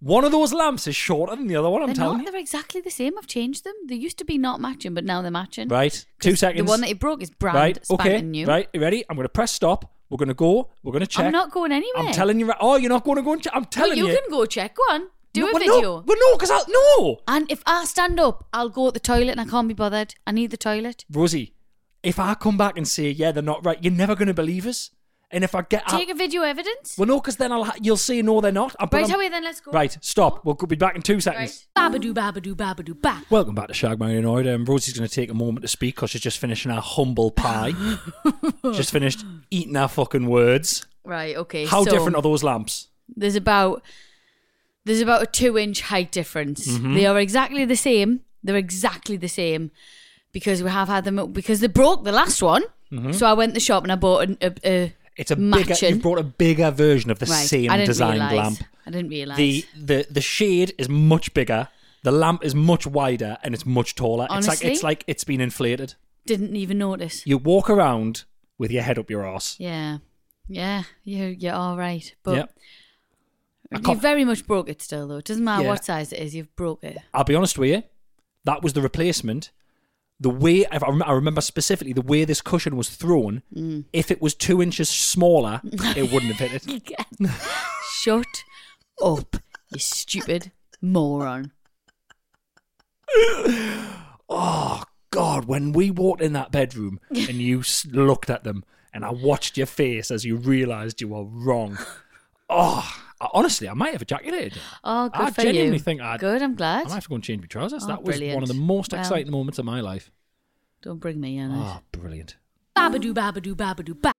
[SPEAKER 2] One of those lamps is shorter than the other one. I'm
[SPEAKER 1] they're
[SPEAKER 2] telling
[SPEAKER 1] not. They're exactly the same. I've changed them. They used to be not matching, but now they're matching.
[SPEAKER 2] you. Right. Two seconds.
[SPEAKER 1] The one that it broke is brand
[SPEAKER 2] right.
[SPEAKER 1] spanking
[SPEAKER 2] Okay.
[SPEAKER 1] new.
[SPEAKER 2] Right. You ready? I'm gonna press stop. We're gonna go. We're gonna check.
[SPEAKER 1] I'm not going anywhere.
[SPEAKER 2] I'm telling you. Right. Oh, you're not gonna go and check. I'm
[SPEAKER 1] Well,
[SPEAKER 2] telling
[SPEAKER 1] you can go check. Go on. Do
[SPEAKER 2] no,
[SPEAKER 1] a
[SPEAKER 2] well,
[SPEAKER 1] video.
[SPEAKER 2] No, well, no, because I no.
[SPEAKER 1] And if I stand up, I'll go at the toilet and I can't be bothered. I need the toilet.
[SPEAKER 2] Rosie, if I come back and say, yeah, they're not right, you're never going to believe us. And if I get out,
[SPEAKER 1] Take a video evidence.
[SPEAKER 2] well, no, because then I'll ha- you'll say, no, they're not. I'm, but
[SPEAKER 1] right
[SPEAKER 2] I'm-
[SPEAKER 1] away, then let's go.
[SPEAKER 2] right, stop. We'll go- be back in two
[SPEAKER 1] Right.
[SPEAKER 2] seconds.
[SPEAKER 1] Babadoo, babadoo, babadoo, ba.
[SPEAKER 2] Welcome back to Shag Marinoid. Um, Rosie's going to take a moment to speak because she's just finishing her humble pie. just finished eating her fucking words.
[SPEAKER 1] Right. Okay.
[SPEAKER 2] How
[SPEAKER 1] so
[SPEAKER 2] different are those lamps?
[SPEAKER 1] there's about there's about a two inch height difference.
[SPEAKER 2] Mm-hmm.
[SPEAKER 1] They are exactly the same. They're exactly the same because we have had them because they broke the last one. So I went to the shop and I bought an, a, a
[SPEAKER 2] Mm-hmm. It's a bigger.
[SPEAKER 1] Matching.
[SPEAKER 2] You brought a bigger version of the
[SPEAKER 1] right.
[SPEAKER 2] same
[SPEAKER 1] I didn't
[SPEAKER 2] designed
[SPEAKER 1] realize.
[SPEAKER 2] lamp.
[SPEAKER 1] I didn't realize.
[SPEAKER 2] The the the shade is much bigger. The lamp is much wider and it's much taller. It's
[SPEAKER 1] Honestly?
[SPEAKER 2] like it's like it's been inflated.
[SPEAKER 1] didn't even notice.
[SPEAKER 2] you walk around with your head up your ass.
[SPEAKER 1] Yeah. Yeah, you you're all right, but
[SPEAKER 2] Yep. I
[SPEAKER 1] you
[SPEAKER 2] can't-
[SPEAKER 1] very much broke it still though. It doesn't matter
[SPEAKER 2] Yeah.
[SPEAKER 1] what size it is, you've broke it.
[SPEAKER 2] I'll be honest with you, that was the replacement. the way I rem- I remember specifically the way this cushion was thrown.
[SPEAKER 1] Mm.
[SPEAKER 2] If it was two inches smaller, it wouldn't have hit it.
[SPEAKER 1] Shut up, you stupid moron.
[SPEAKER 2] Oh God! When we walked in that bedroom and you s- looked at them, and I watched your face as you realised you were wrong. Oh, I, honestly, I might have ejaculated.
[SPEAKER 1] Oh, good
[SPEAKER 2] I
[SPEAKER 1] for
[SPEAKER 2] genuinely
[SPEAKER 1] you.
[SPEAKER 2] think I'd-
[SPEAKER 1] Good, I'm
[SPEAKER 2] I
[SPEAKER 1] glad.
[SPEAKER 2] might have to go and change my trousers.
[SPEAKER 1] Oh,
[SPEAKER 2] that was one of
[SPEAKER 1] brilliant.
[SPEAKER 2] the most
[SPEAKER 1] Well.
[SPEAKER 2] exciting moments of my life.
[SPEAKER 1] Don't bring me in.
[SPEAKER 2] Oh, brilliant.
[SPEAKER 3] Babadoo, babadoo, babadoo, ba.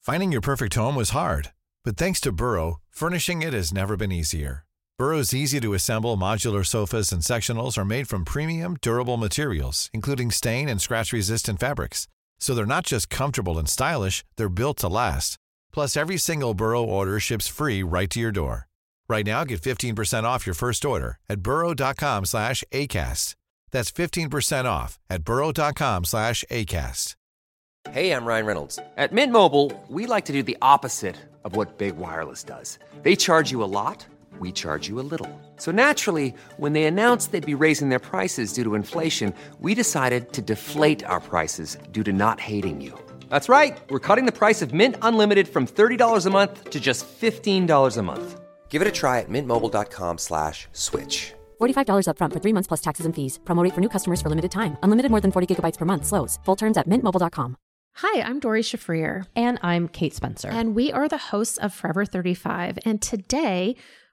[SPEAKER 4] Finding your perfect home was hard, but thanks to Burrow, furnishing it has never been easier. Burrow's easy to assemble modular sofas and sectionals are made from premium, durable materials, including stain and scratch resistant fabrics. So they're not just comfortable and stylish, they're built to last. Plus, every single Burrow order ships free right to your door. Right now, get 15% off your first order at burrow.com slash ACAST. That's 15% off at burrow.com slash ACAST.
[SPEAKER 5] Hey, I'm Ryan Reynolds. At Mint Mobile, we like to do the opposite of what Big Wireless does. They charge you a lot, we charge you a little. So naturally, when they announced they'd be raising their prices due to inflation, we decided to deflate our prices due to not hating you. That's right. We're cutting the price of Mint Unlimited from $30 a month to just $15 a month. Give it a try at mintmobile.com slash switch.
[SPEAKER 6] $45 upfront for three months plus taxes and fees. Promo rate for new customers for limited time. Unlimited more than 40 gigabytes per month. Slows. Full terms at mintmobile.com.
[SPEAKER 7] Hi, I'm Dori Shafrir,
[SPEAKER 8] And I'm Kate Spencer.
[SPEAKER 7] and we are the hosts of Forever 35. And today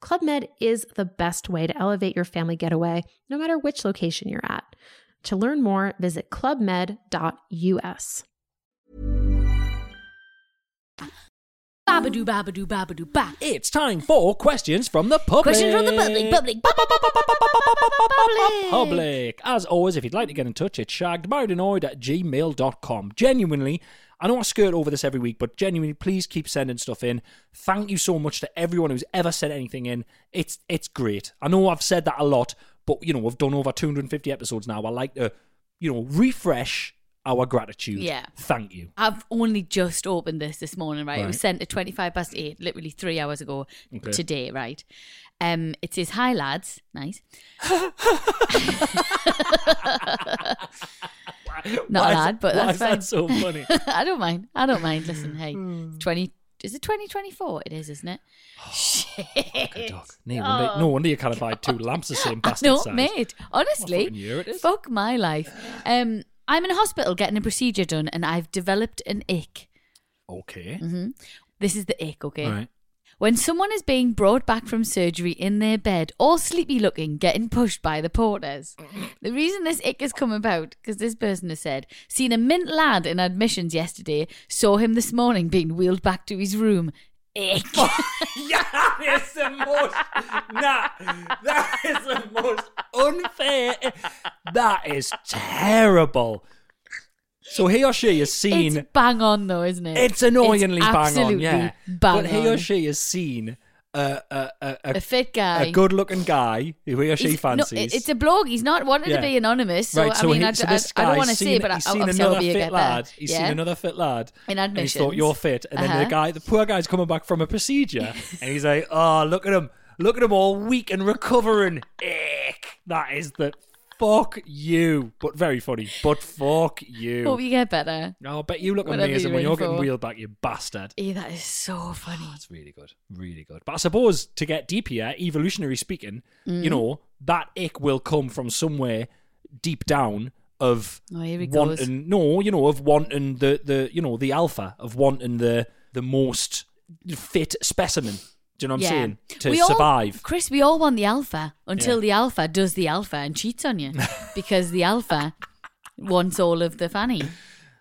[SPEAKER 7] Club Med is the best way to elevate your family getaway, no matter which location you're at. To learn more, visit clubmed.us.
[SPEAKER 3] Babadoo, babadoo, babadoo, ba.
[SPEAKER 2] It's time for questions from the public.
[SPEAKER 3] Questions from the public, public, public, public.
[SPEAKER 2] Public. As always, if you'd like to get in touch, it's shaggedmarriedandannoyed at gmail.com. Genuinely, I know I skirt over this every week, but genuinely, please keep sending stuff in. Thank you so much to everyone who's ever sent anything in. It's it's great. I know I've said that a lot, but you know, we've done over 250 episodes now. I like to, you know, refresh our gratitude.
[SPEAKER 1] Yeah.
[SPEAKER 2] Thank you.
[SPEAKER 1] I've only just opened this this morning, right? It was
[SPEAKER 2] Right.
[SPEAKER 1] sent at 25 past 8, literally three hours ago
[SPEAKER 2] Okay.
[SPEAKER 1] today, right? Um, it says, Hi, lads. Nice. Not
[SPEAKER 2] Why is-
[SPEAKER 1] lad, but
[SPEAKER 2] why
[SPEAKER 1] that's
[SPEAKER 2] is
[SPEAKER 1] fine.
[SPEAKER 2] that so funny?
[SPEAKER 1] I don't mind. I don't mind. Listen, hey,
[SPEAKER 2] Hmm.
[SPEAKER 1] 20. Is it 2024? It is, isn't it?
[SPEAKER 2] Good
[SPEAKER 1] Shit.
[SPEAKER 2] dog. No wonder, no wonder you can't buy two lamps the same bastard
[SPEAKER 1] No,
[SPEAKER 2] size.
[SPEAKER 1] mate.
[SPEAKER 2] What
[SPEAKER 1] Honestly,
[SPEAKER 2] fucking year it is.
[SPEAKER 1] fuck my life. Um, I'm in a hospital getting a procedure done, and I've developed an ick.
[SPEAKER 2] Okay.
[SPEAKER 1] Mm-hmm. This is the ick, okay?
[SPEAKER 2] Right.
[SPEAKER 1] When someone is being brought back from surgery in their bed, all sleepy looking, getting pushed by the porters. The reason this ick has come about, because this person has said, seen a mint lad in admissions yesterday, saw him this morning being wheeled back to his room. Ick.
[SPEAKER 2] yeah, it's the most. Nah, that is the most unfair. That is terrible. So he or she is seen.
[SPEAKER 1] it's
[SPEAKER 2] It's,
[SPEAKER 1] bang on though, isn't it?
[SPEAKER 2] annoyingly
[SPEAKER 1] It's
[SPEAKER 2] bang on,
[SPEAKER 1] absolutely
[SPEAKER 2] yeah.
[SPEAKER 1] Bang
[SPEAKER 2] but he
[SPEAKER 1] on.
[SPEAKER 2] or she is seen a a a, a,
[SPEAKER 1] a fit guy.
[SPEAKER 2] a good-looking guy who he or she
[SPEAKER 1] He's- no,
[SPEAKER 2] fancies.
[SPEAKER 1] it- it's a blog. He's not wanted
[SPEAKER 2] Yeah.
[SPEAKER 1] to be anonymous. So
[SPEAKER 2] right,
[SPEAKER 1] I
[SPEAKER 2] so,
[SPEAKER 1] mean,
[SPEAKER 2] he,
[SPEAKER 1] I,
[SPEAKER 2] so
[SPEAKER 1] I-
[SPEAKER 2] this
[SPEAKER 1] I don't
[SPEAKER 2] guy's
[SPEAKER 1] want to say,
[SPEAKER 2] seen,
[SPEAKER 1] but I,
[SPEAKER 2] he's seen
[SPEAKER 1] obviously
[SPEAKER 2] another
[SPEAKER 1] I'll be a
[SPEAKER 2] fit
[SPEAKER 1] get
[SPEAKER 2] lad.
[SPEAKER 1] There.
[SPEAKER 2] He's
[SPEAKER 1] yeah.
[SPEAKER 2] seen another fit lad.
[SPEAKER 1] In
[SPEAKER 2] And he's thought
[SPEAKER 1] admissions.
[SPEAKER 2] you're fit, and then
[SPEAKER 1] Uh-huh.
[SPEAKER 2] the guy, the poor guy's coming back from a procedure, and he's like, "Oh, look at him! Look at him, all weak and recovering." Ick. That is the fuck you, but very funny. But fuck you.
[SPEAKER 1] Hope you get better.
[SPEAKER 2] Oh, I bet you look
[SPEAKER 1] Whatever
[SPEAKER 2] amazing
[SPEAKER 1] you're
[SPEAKER 2] when
[SPEAKER 1] in
[SPEAKER 2] you're getting
[SPEAKER 1] for.
[SPEAKER 2] wheeled back, you bastard.
[SPEAKER 1] Yeah, that is so funny.
[SPEAKER 2] That's really good, really good. But I suppose to get deep here, evolutionary speaking, you
[SPEAKER 1] Mm.
[SPEAKER 2] know, that ick will come from somewhere deep down of
[SPEAKER 1] Oh, here he goes.
[SPEAKER 2] wanting. No, you know, of wanting the the you know the alpha of wanting the the most fit specimen. Do you know what I'm saying? To
[SPEAKER 1] We all-
[SPEAKER 2] survive.
[SPEAKER 1] Chris, we all want the alpha until
[SPEAKER 2] Yeah.
[SPEAKER 1] the alpha does the alpha and cheats on you because the alpha wants all of the fanny.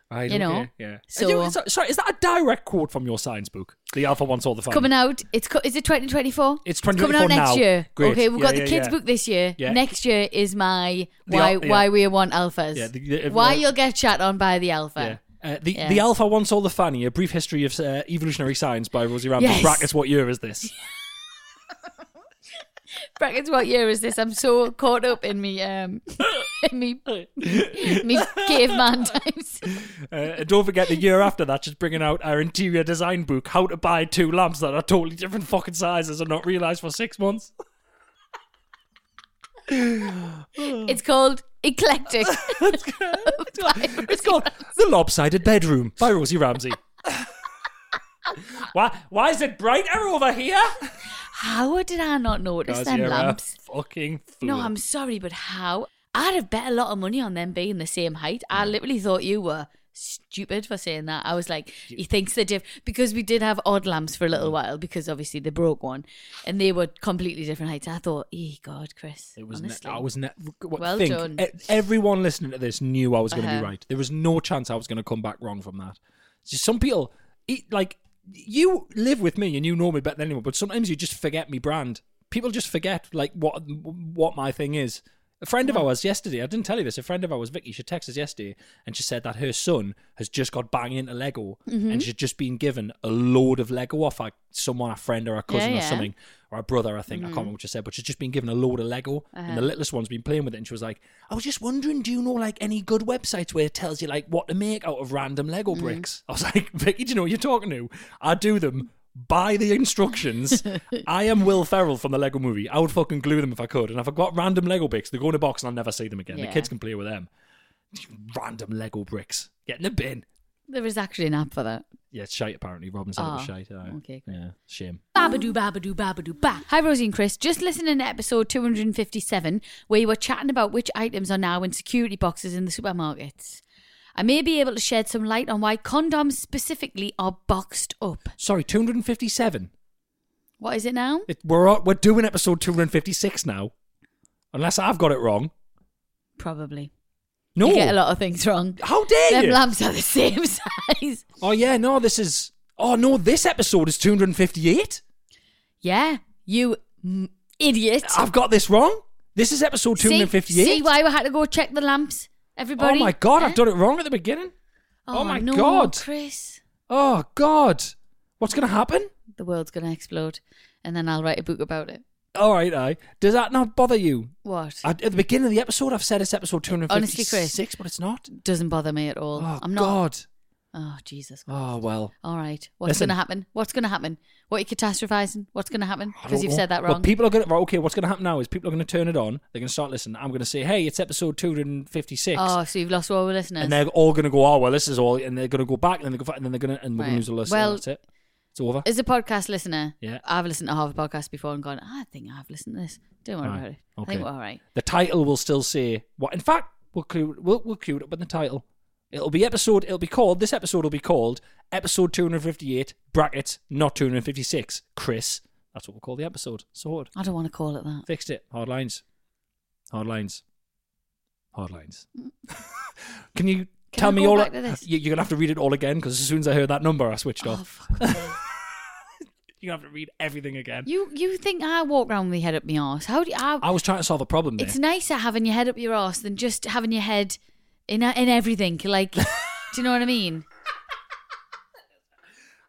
[SPEAKER 2] Right,
[SPEAKER 1] you know,
[SPEAKER 2] yeah.
[SPEAKER 1] so-
[SPEAKER 2] Uh, You know, so- sorry, is that a direct quote from your science book? The alpha wants all the fun.
[SPEAKER 1] Coming out, it's co- is it 2024?
[SPEAKER 2] It's
[SPEAKER 1] coming out
[SPEAKER 2] 2024
[SPEAKER 1] next
[SPEAKER 2] now.
[SPEAKER 1] year.
[SPEAKER 2] Great.
[SPEAKER 1] Okay, we've
[SPEAKER 2] Yeah,
[SPEAKER 1] got
[SPEAKER 2] yeah,
[SPEAKER 1] the kids
[SPEAKER 2] yeah.
[SPEAKER 1] book this year.
[SPEAKER 2] Yeah.
[SPEAKER 1] Next year is my
[SPEAKER 2] The
[SPEAKER 1] why
[SPEAKER 2] al- yeah.
[SPEAKER 1] why we want alphas.
[SPEAKER 2] Yeah, the- the-
[SPEAKER 1] why
[SPEAKER 2] the-
[SPEAKER 1] you'll get chat on by the alpha.
[SPEAKER 2] Yeah. Uh, the,
[SPEAKER 1] Yeah.
[SPEAKER 2] the Alpha One Solar Fanny, A Brief History of uh, Evolutionary Science by Rosie Ramsey.
[SPEAKER 1] Yes.
[SPEAKER 2] Brackets, what year is this?
[SPEAKER 1] Brackets, what year is this? I'm so caught up in me, um, in me, me caveman times.
[SPEAKER 2] Uh, and don't forget, the year after that, she's bringing out our interior design book, How to Buy Two Lamps That Are Totally Different Fucking Sizes and Not Realised for Six Months.
[SPEAKER 1] It's called eclectic.
[SPEAKER 2] It's called The Lopsided Bedroom by Rosie Ramsey. why, why is it brighter over here?
[SPEAKER 1] How did I not notice them
[SPEAKER 2] you're a
[SPEAKER 1] lamps?
[SPEAKER 2] fucking fool.
[SPEAKER 1] No, I'm sorry, but how? I'd have bet a lot of money on them being the same height. I literally thought you were stupid for saying that. I was like, he thinks they're different because we did have odd lamps for a
[SPEAKER 2] Mm.
[SPEAKER 1] little while because obviously they broke one, and they were completely different heights. I thought, e God, Chris,
[SPEAKER 2] It was. Ne-
[SPEAKER 1] honestly.
[SPEAKER 2] I was. Ne- what,
[SPEAKER 1] Well
[SPEAKER 2] think,
[SPEAKER 1] done.
[SPEAKER 2] e- everyone listening to this knew I was going to
[SPEAKER 1] Uh-huh.
[SPEAKER 2] be right. There was no chance I was going to come back wrong from that. It's just some people, e- like you, live with me and you know me better than anyone. But sometimes you just forget me brand. People just forget like what what my thing is. A friend of ours yesterday, I didn't tell you this. A friend of ours, Vicky, she texted us yesterday, and she said that her son has just got bang into Lego,
[SPEAKER 1] Mm-hmm.
[SPEAKER 2] and she's just been given a load of Lego off like someone, a friend or a cousin or
[SPEAKER 1] yeah.
[SPEAKER 2] something or a brother, I think. I can't
[SPEAKER 1] Mm.
[SPEAKER 2] remember what she said, but she's just been given a load of Lego, and
[SPEAKER 1] Uh-huh.
[SPEAKER 2] the littlest one's been playing with it. And she was like, "I was just wondering, do you know like any good websites where it tells you like what to make out of random Lego
[SPEAKER 1] Mm.
[SPEAKER 2] bricks?" I was like, "Vicky, do you know what you're talking to? I do them." By the instructions, I am Will Ferrell from the Lego Movie. I would fucking glue them if I could. And if I got random Lego bricks, they go in a box and I'll never see them again.
[SPEAKER 1] Yeah.
[SPEAKER 2] The kids can play with them. Random Lego bricks, get in the bin.
[SPEAKER 1] There was actually an app for that.
[SPEAKER 2] Yeah, it's shite. Apparently, Robin said it was
[SPEAKER 1] Ah,
[SPEAKER 2] shite. aye.
[SPEAKER 1] okay, great.
[SPEAKER 2] yeah, shame.
[SPEAKER 1] Babadoo, babadoo, babadoo, ba. Hi, Rosie and Chris. Just listening to episode 257, where you were chatting about which items are now in security boxes in the supermarkets. I may be able to shed some light on why condoms specifically are boxed up.
[SPEAKER 2] Sorry, two hundred and fifty-seven.
[SPEAKER 1] What is it now?
[SPEAKER 2] It, we're on- we're doing episode 256 now. Unless I've got it wrong.
[SPEAKER 1] Probably.
[SPEAKER 2] No.
[SPEAKER 1] You get a lot of things wrong.
[SPEAKER 2] How dare
[SPEAKER 1] Them
[SPEAKER 2] you?
[SPEAKER 1] lamps are the same size.
[SPEAKER 2] oh yeah, no, this is Oh no, this episode is 258.
[SPEAKER 1] Yeah, you m- idiot.
[SPEAKER 2] I've got this wrong. This is episode
[SPEAKER 1] See-
[SPEAKER 2] 258.
[SPEAKER 1] See, why we had to go check the lamps,
[SPEAKER 2] oh
[SPEAKER 1] everybody?
[SPEAKER 2] my god,
[SPEAKER 1] Eh?
[SPEAKER 2] I've done it wrong at the beginning. oh my
[SPEAKER 1] no,
[SPEAKER 2] God.
[SPEAKER 1] Chris.
[SPEAKER 2] Oh god. What's going to happen?
[SPEAKER 1] the world's going to explode and then I'll write a book about it.
[SPEAKER 2] All right, I. Does that not bother you?
[SPEAKER 1] What?
[SPEAKER 2] I, at the beginning of the episode I've said it's episode 256,
[SPEAKER 1] Honestly, Chris.
[SPEAKER 2] but it's not.
[SPEAKER 1] Doesn't bother me at all.
[SPEAKER 2] Oh
[SPEAKER 1] I'm not.
[SPEAKER 2] god.
[SPEAKER 1] Oh, Jesus.
[SPEAKER 2] Oh well.
[SPEAKER 1] All right. What's
[SPEAKER 2] Listen.
[SPEAKER 1] going to happen? What's going to happen? What are you catastrophizing? What's going to happen?
[SPEAKER 2] I
[SPEAKER 1] Because
[SPEAKER 2] don't
[SPEAKER 1] you've
[SPEAKER 2] know.
[SPEAKER 1] said that
[SPEAKER 2] Well,
[SPEAKER 1] wrong.
[SPEAKER 2] people are going to okay. What's going to happen now is people are going to turn it on. They're going to start listening. I'm going to say, "Hey, it's episode 256,"
[SPEAKER 1] oh, so you've lost all the listeners.
[SPEAKER 2] and they're all going to go, "Oh, well, this is all," and they're going to go back, and then they go, and then they're going to, and we're going
[SPEAKER 1] Right.
[SPEAKER 2] to lose the list.
[SPEAKER 1] Well-
[SPEAKER 2] and that's it. It's over.
[SPEAKER 1] As a podcast listener,
[SPEAKER 2] Yeah.
[SPEAKER 1] I've listened to half a podcast before and gone, I think I've listened to this. Don't worry
[SPEAKER 2] Right.
[SPEAKER 1] about it. I think
[SPEAKER 2] Okay.
[SPEAKER 1] we're all right.
[SPEAKER 2] The title will still say what. In fact, we'll clue, we'll we'll cue it up in the title. It'll be episode. It'll be called. This episode will be called episode 258 brackets not 256. Chris, that's what we'll call the episode. Sword
[SPEAKER 1] I don't want to call it that.
[SPEAKER 2] fixed it. Hard lines. Hard lines. Hard lines. Can you
[SPEAKER 1] Can
[SPEAKER 2] tell
[SPEAKER 1] I
[SPEAKER 2] me
[SPEAKER 1] go
[SPEAKER 2] all?
[SPEAKER 1] back to this?
[SPEAKER 2] You, you're gonna have to read it all again because as soon as I heard that number, I switched
[SPEAKER 1] Oh,
[SPEAKER 2] off.
[SPEAKER 1] fuck.
[SPEAKER 2] You're gonna have to read everything again.
[SPEAKER 1] you you think I walk around with my head up my arse? How do you, I,
[SPEAKER 2] I was trying to solve a problem there.
[SPEAKER 1] It's nicer having your head up your ass than just having your head in in everything. Like, do you know what I mean?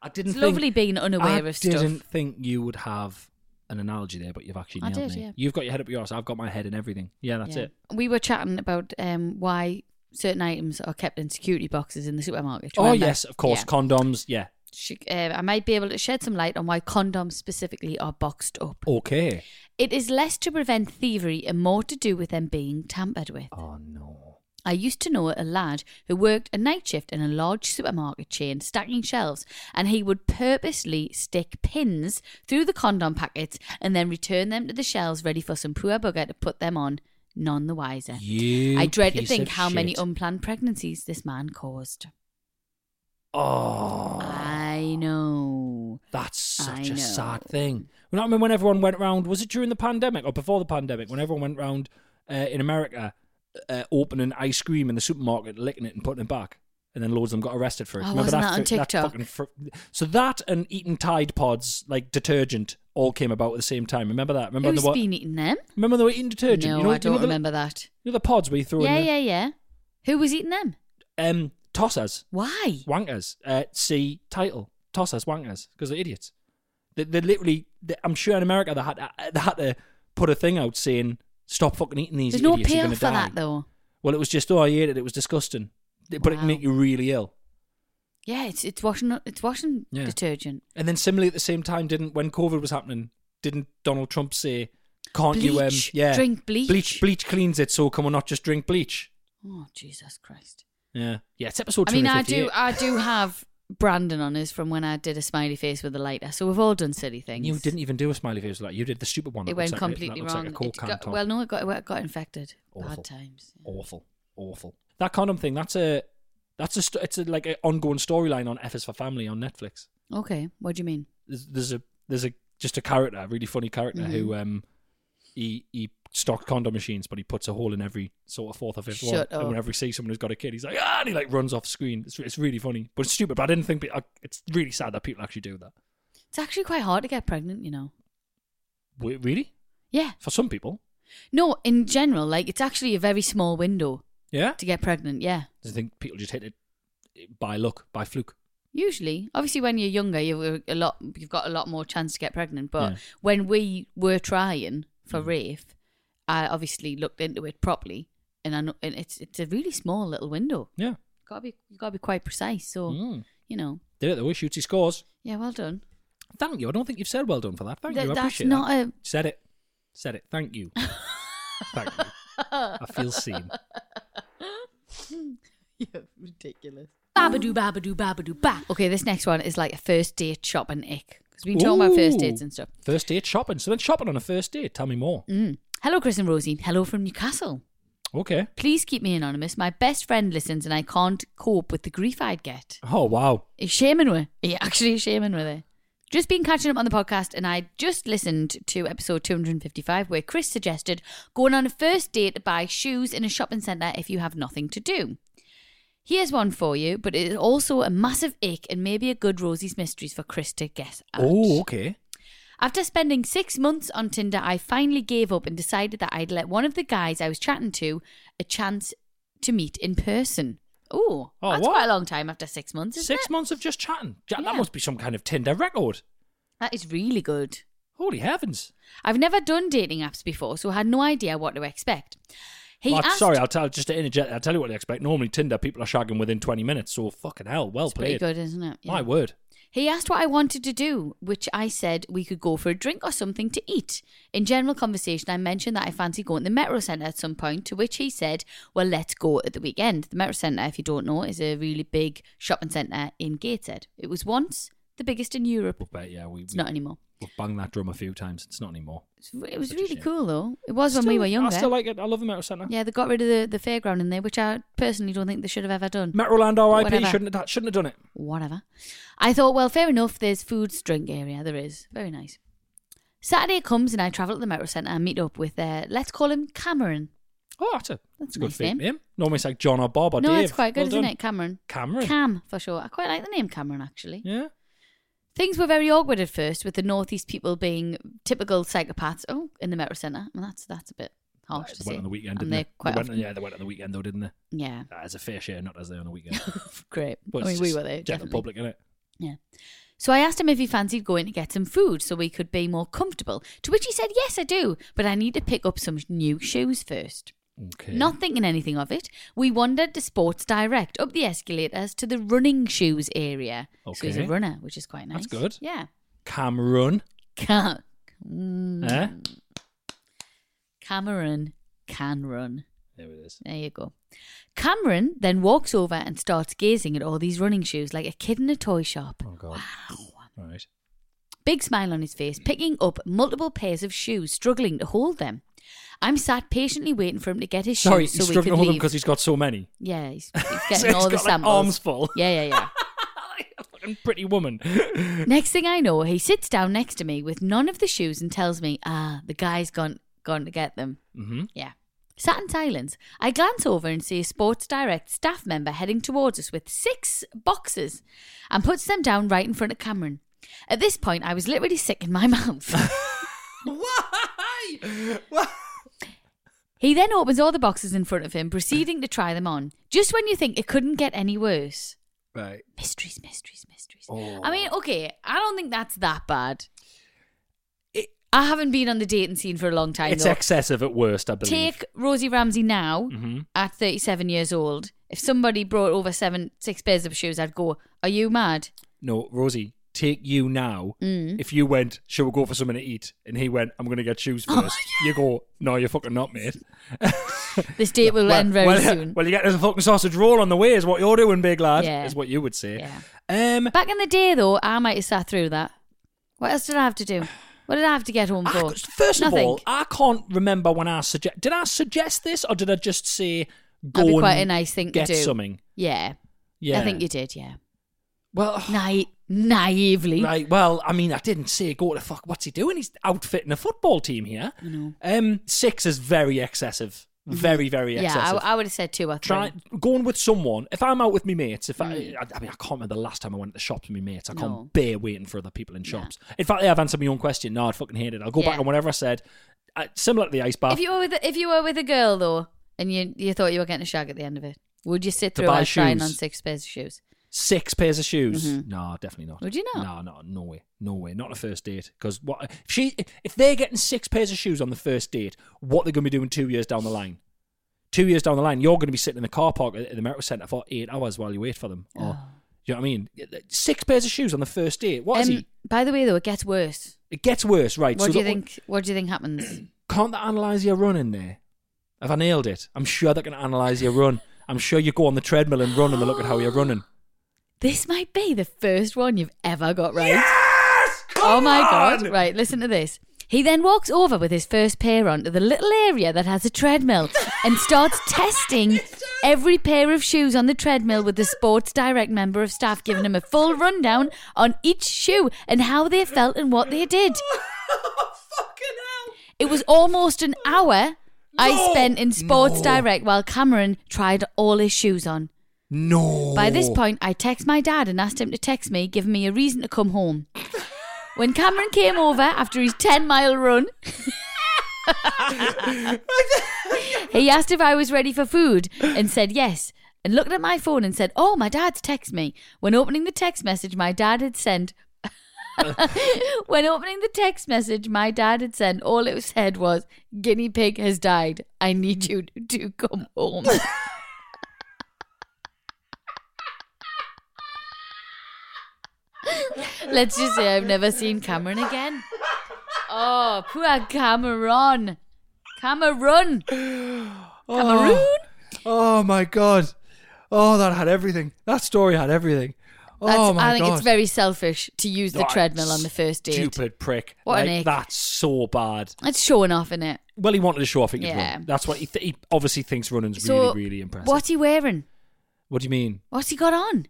[SPEAKER 2] I didn't.
[SPEAKER 1] it's
[SPEAKER 2] think,
[SPEAKER 1] lovely being unaware
[SPEAKER 2] I
[SPEAKER 1] of stuff.
[SPEAKER 2] didn't think you would have an analogy there, but you've actually
[SPEAKER 1] I
[SPEAKER 2] nailed
[SPEAKER 1] did,
[SPEAKER 2] me.
[SPEAKER 1] yeah.
[SPEAKER 2] You've got your head up your ass. I've got my head in everything. Yeah, that's
[SPEAKER 1] Yeah.
[SPEAKER 2] it.
[SPEAKER 1] We were chatting about um, why certain items are kept in security boxes in the supermarket.
[SPEAKER 2] Oh
[SPEAKER 1] remember?
[SPEAKER 2] yes, of course.
[SPEAKER 1] Yeah.
[SPEAKER 2] Condoms. Yeah.
[SPEAKER 1] Sh- uh, I might be able to shed some light on why condoms specifically are boxed up.
[SPEAKER 2] Oh. Okay.
[SPEAKER 1] It is less to prevent thievery and more to do with them being tampered with.
[SPEAKER 2] Oh no.
[SPEAKER 1] I used to know a lad who worked a night shift in a large supermarket chain stacking shelves, and he would purposely stick pins through the condom packets and then return them to the shelves ready for some poor bugger to put them on, none the wiser.
[SPEAKER 2] You
[SPEAKER 1] I dread to
[SPEAKER 2] piece
[SPEAKER 1] think
[SPEAKER 2] of
[SPEAKER 1] how many um
[SPEAKER 2] shit.
[SPEAKER 1] unplanned pregnancies this man caused.
[SPEAKER 2] Oh.
[SPEAKER 1] Ah. I know.
[SPEAKER 2] That's
[SPEAKER 1] I
[SPEAKER 2] such
[SPEAKER 1] know.
[SPEAKER 2] a sad thing. When I remember when everyone went round, was it during the pandemic or before the pandemic? When everyone went round uh, in America, uh, opening ice cream in the supermarket, licking it and putting it back, and then loads of them got arrested for it.
[SPEAKER 1] Oh, wasn't that on
[SPEAKER 2] fi-
[SPEAKER 1] TikTok?
[SPEAKER 2] fucking fr- so that and eating Tide Pods like detergent all came about at the same time. Remember that? Remember
[SPEAKER 1] Who's
[SPEAKER 2] the what?
[SPEAKER 1] been eating them?
[SPEAKER 2] Remember they were eating detergent.
[SPEAKER 1] no,
[SPEAKER 2] you know,
[SPEAKER 1] I don't
[SPEAKER 2] you know the,
[SPEAKER 1] remember that.
[SPEAKER 2] You know the pods we throw
[SPEAKER 1] Yeah,
[SPEAKER 2] in. the-
[SPEAKER 1] yeah, yeah. Who was eating them?
[SPEAKER 2] Um, Tossers,
[SPEAKER 1] Why?
[SPEAKER 2] wankers. Uh, see title. Tossers, wankers, because they're idiots. They, they literally. They, I'm sure in America they had they had to put a thing out saying stop fucking eating these.
[SPEAKER 1] There's no
[SPEAKER 2] idiots, you're
[SPEAKER 1] appeal
[SPEAKER 2] gonna
[SPEAKER 1] for
[SPEAKER 2] die."
[SPEAKER 1] that though.
[SPEAKER 2] Well, it was just oh I ate it. It was disgusting, but it
[SPEAKER 1] Wow.
[SPEAKER 2] can make you really ill.
[SPEAKER 1] Yeah, it's it's washing it's washing
[SPEAKER 2] Yeah.
[SPEAKER 1] detergent.
[SPEAKER 2] And then similarly at the same time, didn't when COVID was happening, didn't Donald Trump say, "Can't you um
[SPEAKER 1] Bleach.
[SPEAKER 2] yeah
[SPEAKER 1] Drink bleach.
[SPEAKER 2] bleach bleach cleans it, so can we not just drink bleach?"
[SPEAKER 1] Oh Jesus Christ!
[SPEAKER 2] Yeah, yeah. It's episode.
[SPEAKER 1] I mean, I do
[SPEAKER 2] 258.
[SPEAKER 1] I do have Brandon on us from when I did a smiley face with a lighter. So we've all done silly things.
[SPEAKER 2] You didn't even do a smiley face like you did the stupid one. that
[SPEAKER 1] It went
[SPEAKER 2] looks like a- that
[SPEAKER 1] completely
[SPEAKER 2] looks
[SPEAKER 1] wrong.
[SPEAKER 2] Like a coke
[SPEAKER 1] It
[SPEAKER 2] can
[SPEAKER 1] got-
[SPEAKER 2] top.
[SPEAKER 1] well, no, it got it got infected.
[SPEAKER 2] Awful.
[SPEAKER 1] Bad times.
[SPEAKER 2] awful, awful. That condom thing. That's a that's a st- it's a, like an ongoing storyline on F is for Family on Netflix.
[SPEAKER 1] Okay, what do you mean?
[SPEAKER 2] there's, there's a there's a just a character, a really funny character who
[SPEAKER 1] Mm-hmm.
[SPEAKER 2] um he he stocks condom machines, but he puts a hole in every sort of fourth or fifth one.
[SPEAKER 1] Shut up.
[SPEAKER 2] And whenever he sees someone who's got a kid, he's like ah, and he like runs off screen. It's it's really funny, but it's stupid. But I didn't think pe- I, it's really sad that people actually do that.
[SPEAKER 1] It's actually quite hard to get pregnant, you know.
[SPEAKER 2] Wait, really?
[SPEAKER 1] Yeah.
[SPEAKER 2] For some people,
[SPEAKER 1] No, in general, like it's actually a very small window
[SPEAKER 2] yeah.
[SPEAKER 1] to get pregnant. Yeah.
[SPEAKER 2] I think people just hit it by luck, by fluke.
[SPEAKER 1] Usually, obviously, when you're younger, you've a lot, you've got a lot more chance to get pregnant. But
[SPEAKER 2] Yeah. Mm.
[SPEAKER 1] when we were trying for Rafe, I obviously looked into it properly, and I know, and it's it's a really small little window.
[SPEAKER 2] Yeah.
[SPEAKER 1] Gotta be, you gotta be quite precise. So
[SPEAKER 2] Mm.
[SPEAKER 1] you know,
[SPEAKER 2] Did it though. Shoots, he scores.
[SPEAKER 1] yeah, well done.
[SPEAKER 2] Thank you. I don't think you've said well done for that. Thank
[SPEAKER 1] Th-
[SPEAKER 2] you. I
[SPEAKER 1] that's
[SPEAKER 2] appreciate
[SPEAKER 1] not
[SPEAKER 2] that.
[SPEAKER 1] a-
[SPEAKER 2] Said it. Said it. Thank you. Thank you. I feel seen.
[SPEAKER 1] You're ridiculous.
[SPEAKER 3] Babadoo, babadoo, babadoo, ba.
[SPEAKER 1] Okay, this next one is like a first date shopping ick because we've been talking about first
[SPEAKER 2] Ooh.
[SPEAKER 1] dates and stuff.
[SPEAKER 2] First date shopping. So then shopping on a first date. Tell me more.
[SPEAKER 1] Mm. Hello, Chris and Rosie. Hello from Newcastle.
[SPEAKER 2] Okay.
[SPEAKER 1] Please keep me anonymous. My best friend listens, and I can't cope with the grief I'd get.
[SPEAKER 2] Oh wow.
[SPEAKER 1] He's shaming with. He actually is shaming with it. Just been catching up on the podcast, and I just listened to episode 255 where Chris suggested going on a first date to buy shoes in a shopping centre if you have nothing to do. Here's one for you, but it is also a massive ick and maybe a good Rosie's Mysteries for Chris to guess at.
[SPEAKER 2] Oh okay.
[SPEAKER 1] After spending six months on Tinder, I finally gave up and decided that I'd let one of the guys I was chatting to a chance to meet in person. Ooh,
[SPEAKER 2] Oh,
[SPEAKER 1] that's
[SPEAKER 2] what?
[SPEAKER 1] quite a long time after six months, isn't
[SPEAKER 2] Six
[SPEAKER 1] it?
[SPEAKER 2] months of just chatting. Ja-
[SPEAKER 1] Yeah.
[SPEAKER 2] That must be some kind of Tinder record.
[SPEAKER 1] That is really good.
[SPEAKER 2] Holy heavens.
[SPEAKER 1] I've never done dating apps before, so had no idea what to expect. He
[SPEAKER 2] Well,
[SPEAKER 1] asked,
[SPEAKER 2] Sorry, I'll tell just to interject. I'll tell you what I expect. Normally Tinder people are shagging within twenty minutes. So fucking hell. Well
[SPEAKER 1] it's pretty
[SPEAKER 2] played.
[SPEAKER 1] good, isn't it? Yeah.
[SPEAKER 2] My word.
[SPEAKER 1] He asked what I wanted to do, which I said we could go for a drink or something to eat. In general conversation, I mentioned that I fancy going to the Metro Centre at some point, to which he said, Well, let's go at the weekend. The Metro Centre, if you don't know, is a really big shopping centre in Gateshead. It was once the biggest in Europe.
[SPEAKER 2] We'll bet, yeah, we,
[SPEAKER 1] It's
[SPEAKER 2] we,
[SPEAKER 1] not anymore.
[SPEAKER 2] we've banged that drum a few times. It's not anymore.
[SPEAKER 1] It's- It was
[SPEAKER 2] Such a
[SPEAKER 1] really
[SPEAKER 2] shame.
[SPEAKER 1] cool, though. It was when we
[SPEAKER 2] Still-
[SPEAKER 1] were younger.
[SPEAKER 2] I still like it. I love the Metro Centre.
[SPEAKER 1] Yeah, they got rid of the, the fairground in there, which I personally don't think they should have ever done.
[SPEAKER 2] Metroland RIP
[SPEAKER 1] Whatever.
[SPEAKER 2] shouldn't have, shouldn't have done it.
[SPEAKER 1] Whatever. I thought, well, fair enough, there's foods, drink area. There is. Very nice. Saturday comes and I travel to the Metro Centre and meet up with, uh, let's call him Cameron.
[SPEAKER 2] Oh, that's a
[SPEAKER 1] That's
[SPEAKER 2] that's
[SPEAKER 1] a
[SPEAKER 2] a good
[SPEAKER 1] nice
[SPEAKER 2] fake
[SPEAKER 1] name.
[SPEAKER 2] name. Normally it's like John or Bob or
[SPEAKER 1] no,
[SPEAKER 2] Dave.
[SPEAKER 1] it's quite good,
[SPEAKER 2] Well
[SPEAKER 1] isn't
[SPEAKER 2] done.
[SPEAKER 1] it? Cameron.
[SPEAKER 2] Cameron.
[SPEAKER 1] Cam, for sure. I quite like the name Cameron, actually.
[SPEAKER 2] yeah.
[SPEAKER 1] Things were very awkward at first, with the Northeast people being typical psychopaths. Oh, in the Metro Centre. Well, that's that's a bit harsh
[SPEAKER 2] They
[SPEAKER 1] to Oh, say.
[SPEAKER 2] went on the weekend,
[SPEAKER 1] and
[SPEAKER 2] didn't
[SPEAKER 1] they're
[SPEAKER 2] they?
[SPEAKER 1] quite
[SPEAKER 2] they went,
[SPEAKER 1] often-
[SPEAKER 2] yeah, they went on the weekend though, didn't they?
[SPEAKER 1] yeah.
[SPEAKER 2] As a fair share, not as they on the weekend.
[SPEAKER 1] Great.
[SPEAKER 2] But
[SPEAKER 1] I mean,
[SPEAKER 2] it's
[SPEAKER 1] we
[SPEAKER 2] just
[SPEAKER 1] were there.
[SPEAKER 2] General
[SPEAKER 1] definitely.
[SPEAKER 2] public, innit?
[SPEAKER 1] Yeah. So I asked him if he fancied going to get some food so we could be more comfortable, to which he said, Yes, I do, but I need to pick up some new shoes first.
[SPEAKER 2] Okay.
[SPEAKER 1] Not thinking anything of it, we wandered to Sports Direct up the escalators to the running shoes area. So he's a
[SPEAKER 2] Okay.
[SPEAKER 1] runner, which is quite nice.
[SPEAKER 2] That's good.
[SPEAKER 1] Yeah.
[SPEAKER 2] Cameron.
[SPEAKER 1] Can- Mm.
[SPEAKER 2] Eh?
[SPEAKER 1] Cameron can run.
[SPEAKER 2] There it is.
[SPEAKER 1] There you go. Cameron then walks over and starts gazing at all these running shoes like a kid in a toy shop.
[SPEAKER 2] Oh god. All right.
[SPEAKER 1] Big smile on his face, picking up multiple pairs of shoes, struggling to hold them. I'm sat patiently waiting for him to get his
[SPEAKER 2] Sorry,
[SPEAKER 1] shoes so
[SPEAKER 2] he's
[SPEAKER 1] we
[SPEAKER 2] struggling
[SPEAKER 1] could
[SPEAKER 2] with them
[SPEAKER 1] leave.
[SPEAKER 2] because he's got so many.
[SPEAKER 1] yeah, he's, he's
[SPEAKER 2] So
[SPEAKER 1] getting
[SPEAKER 2] he's
[SPEAKER 1] all the
[SPEAKER 2] got, like,
[SPEAKER 1] samples.
[SPEAKER 2] arms full.
[SPEAKER 1] Yeah, yeah,
[SPEAKER 2] Fucking pretty woman.
[SPEAKER 1] yeah. Next thing I know, he sits down next to me with none of the shoes and tells me, "Ah, the guy's gone gone to get them."
[SPEAKER 2] hmm
[SPEAKER 1] Yeah. Sat in silence, I glance over and see a Sports Direct staff member heading towards us with six boxes and puts them down right in front of Cameron. At this point, I was literally sick in my mouth.
[SPEAKER 2] Why? Why?
[SPEAKER 1] He then opens all the boxes in front of him, proceeding to try them on. Just when you think it couldn't get any worse.
[SPEAKER 2] Right.
[SPEAKER 1] Mysteries, mysteries, mysteries. I
[SPEAKER 2] Oh.
[SPEAKER 1] mean, okay, I don't think that's that bad.
[SPEAKER 2] It-
[SPEAKER 1] I haven't been on the dating scene for a long time.
[SPEAKER 2] it's
[SPEAKER 1] though.
[SPEAKER 2] excessive at worst, I believe.
[SPEAKER 1] Take Rosie Ramsey now
[SPEAKER 2] Mhm.
[SPEAKER 1] at 37 years old. If somebody brought over seven, six pairs of shoes, I'd go, Are you mad?
[SPEAKER 2] No, Rosie, take you now.
[SPEAKER 1] Mm.
[SPEAKER 2] If you went, shall we go for something to eat? And he went, I'm going to get shoes
[SPEAKER 1] Oh,
[SPEAKER 2] first. You go, no, you're fucking not, mate.
[SPEAKER 1] This date will end very
[SPEAKER 2] well,
[SPEAKER 1] soon.
[SPEAKER 2] Well, you get this fucking sausage roll on the way is what you're doing, big lad,
[SPEAKER 1] Yeah.
[SPEAKER 2] is what you would say.
[SPEAKER 1] Yeah.
[SPEAKER 2] Um,
[SPEAKER 1] Back in the day, though, I might have sat through that. What else did I have to do? What did I have to get home
[SPEAKER 2] I-
[SPEAKER 1] for?
[SPEAKER 2] Ah, first
[SPEAKER 1] Nothing.
[SPEAKER 2] of all, I can't remember when I suggest. Did I suggest this or did I just say go
[SPEAKER 1] That'd be quite a
[SPEAKER 2] and
[SPEAKER 1] nice thing to
[SPEAKER 2] get
[SPEAKER 1] do.
[SPEAKER 2] something?
[SPEAKER 1] yeah.
[SPEAKER 2] Yeah,
[SPEAKER 1] I think you did, yeah.
[SPEAKER 2] Well,
[SPEAKER 1] Na- naively.
[SPEAKER 2] Right. Well, I mean, I didn't say go to fuck. What's he doing? He's outfitting a football team here. Um, six is very excessive. Very, very
[SPEAKER 1] yeah,
[SPEAKER 2] excessive.
[SPEAKER 1] I, I would have said two or three.
[SPEAKER 2] Try going with someone. If I'm out with my mates, if I, I, I mean, I can't remember the last time I went to the shops with my mates. I can't
[SPEAKER 1] No.
[SPEAKER 2] bear waiting for other people in shops. In fact, I've answered my own question. No, I'd fucking hate it. I'll go
[SPEAKER 1] Yeah.
[SPEAKER 2] back on whatever I said. Uh, similar to the ice bath.
[SPEAKER 1] If you were with a, if you were with a girl though, and you you thought you were getting a shag at the end of it, would you sit
[SPEAKER 2] To
[SPEAKER 1] through
[SPEAKER 2] buy
[SPEAKER 1] her trying on
[SPEAKER 2] shoes.
[SPEAKER 1] six pairs of shoes?
[SPEAKER 2] six pairs of shoes. No, definitely not.
[SPEAKER 1] Mm-hmm. Would you
[SPEAKER 2] No,
[SPEAKER 1] not?
[SPEAKER 2] no, no way, no way, not on a first date. Because what if she if they're getting six pairs of shoes on the first date, what they're going to be doing two years down the line? Two years down the line, you're going to be sitting in the car park at the Metro Centre for eight hours while you wait for them. Or,
[SPEAKER 1] Oh.
[SPEAKER 2] Do you know what I mean? Six pairs of shoes on the first date. What is
[SPEAKER 1] Um,
[SPEAKER 2] he?
[SPEAKER 1] By the way, though, it gets worse.
[SPEAKER 2] It gets worse, right?
[SPEAKER 1] What
[SPEAKER 2] so
[SPEAKER 1] do you
[SPEAKER 2] that-
[SPEAKER 1] think? What do you think happens?
[SPEAKER 2] Can't they analyse your run in there? Have I nailed it? I'm sure they can analyse your run. I'm sure you go on the treadmill and run and they look at how you're running.
[SPEAKER 1] this might be the first one you've ever got right.
[SPEAKER 2] Yes!
[SPEAKER 1] oh my god!
[SPEAKER 2] on!
[SPEAKER 1] Right, listen to this. He then walks over with his first pair on to the little area that has a treadmill and starts testing every pair of shoes on the treadmill with the Sports Direct member of staff giving him a full rundown on each shoe and how they felt and what they did. It was almost an hour I spent in Sports Direct while Cameron tried all his shoes on.
[SPEAKER 2] No.
[SPEAKER 1] By this point, I text my dad and asked him to text me, giving me a reason to come home. When Cameron came over after his 10 mile run, he asked if I was ready for food and said yes, and looked at my phone and said, Oh, my dad's text me. When opening the text message, my dad had sent. when opening the text message my dad had sent, all it said was, Guinea pig has died. I need you to come home. Let's just say I've never seen Cameron again. Oh, poor Cameron. Cameron. Cameroon.
[SPEAKER 2] Oh my god. Oh, that had everything. That story had everything.
[SPEAKER 1] That's,
[SPEAKER 2] Oh my
[SPEAKER 1] I think
[SPEAKER 2] god.
[SPEAKER 1] it's very selfish to use the
[SPEAKER 2] Right,
[SPEAKER 1] treadmill on the first date.
[SPEAKER 2] Stupid prick.
[SPEAKER 1] What an
[SPEAKER 2] Like,
[SPEAKER 1] ick.
[SPEAKER 2] That's so bad.
[SPEAKER 1] That's showing off, isn't it?
[SPEAKER 2] Well, he wanted to show off he could
[SPEAKER 1] Yeah.
[SPEAKER 2] run. That's what he, th- he obviously thinks running's
[SPEAKER 1] So,
[SPEAKER 2] really, really impressive.
[SPEAKER 1] What's he wearing?
[SPEAKER 2] What do you mean?
[SPEAKER 1] What's he got on?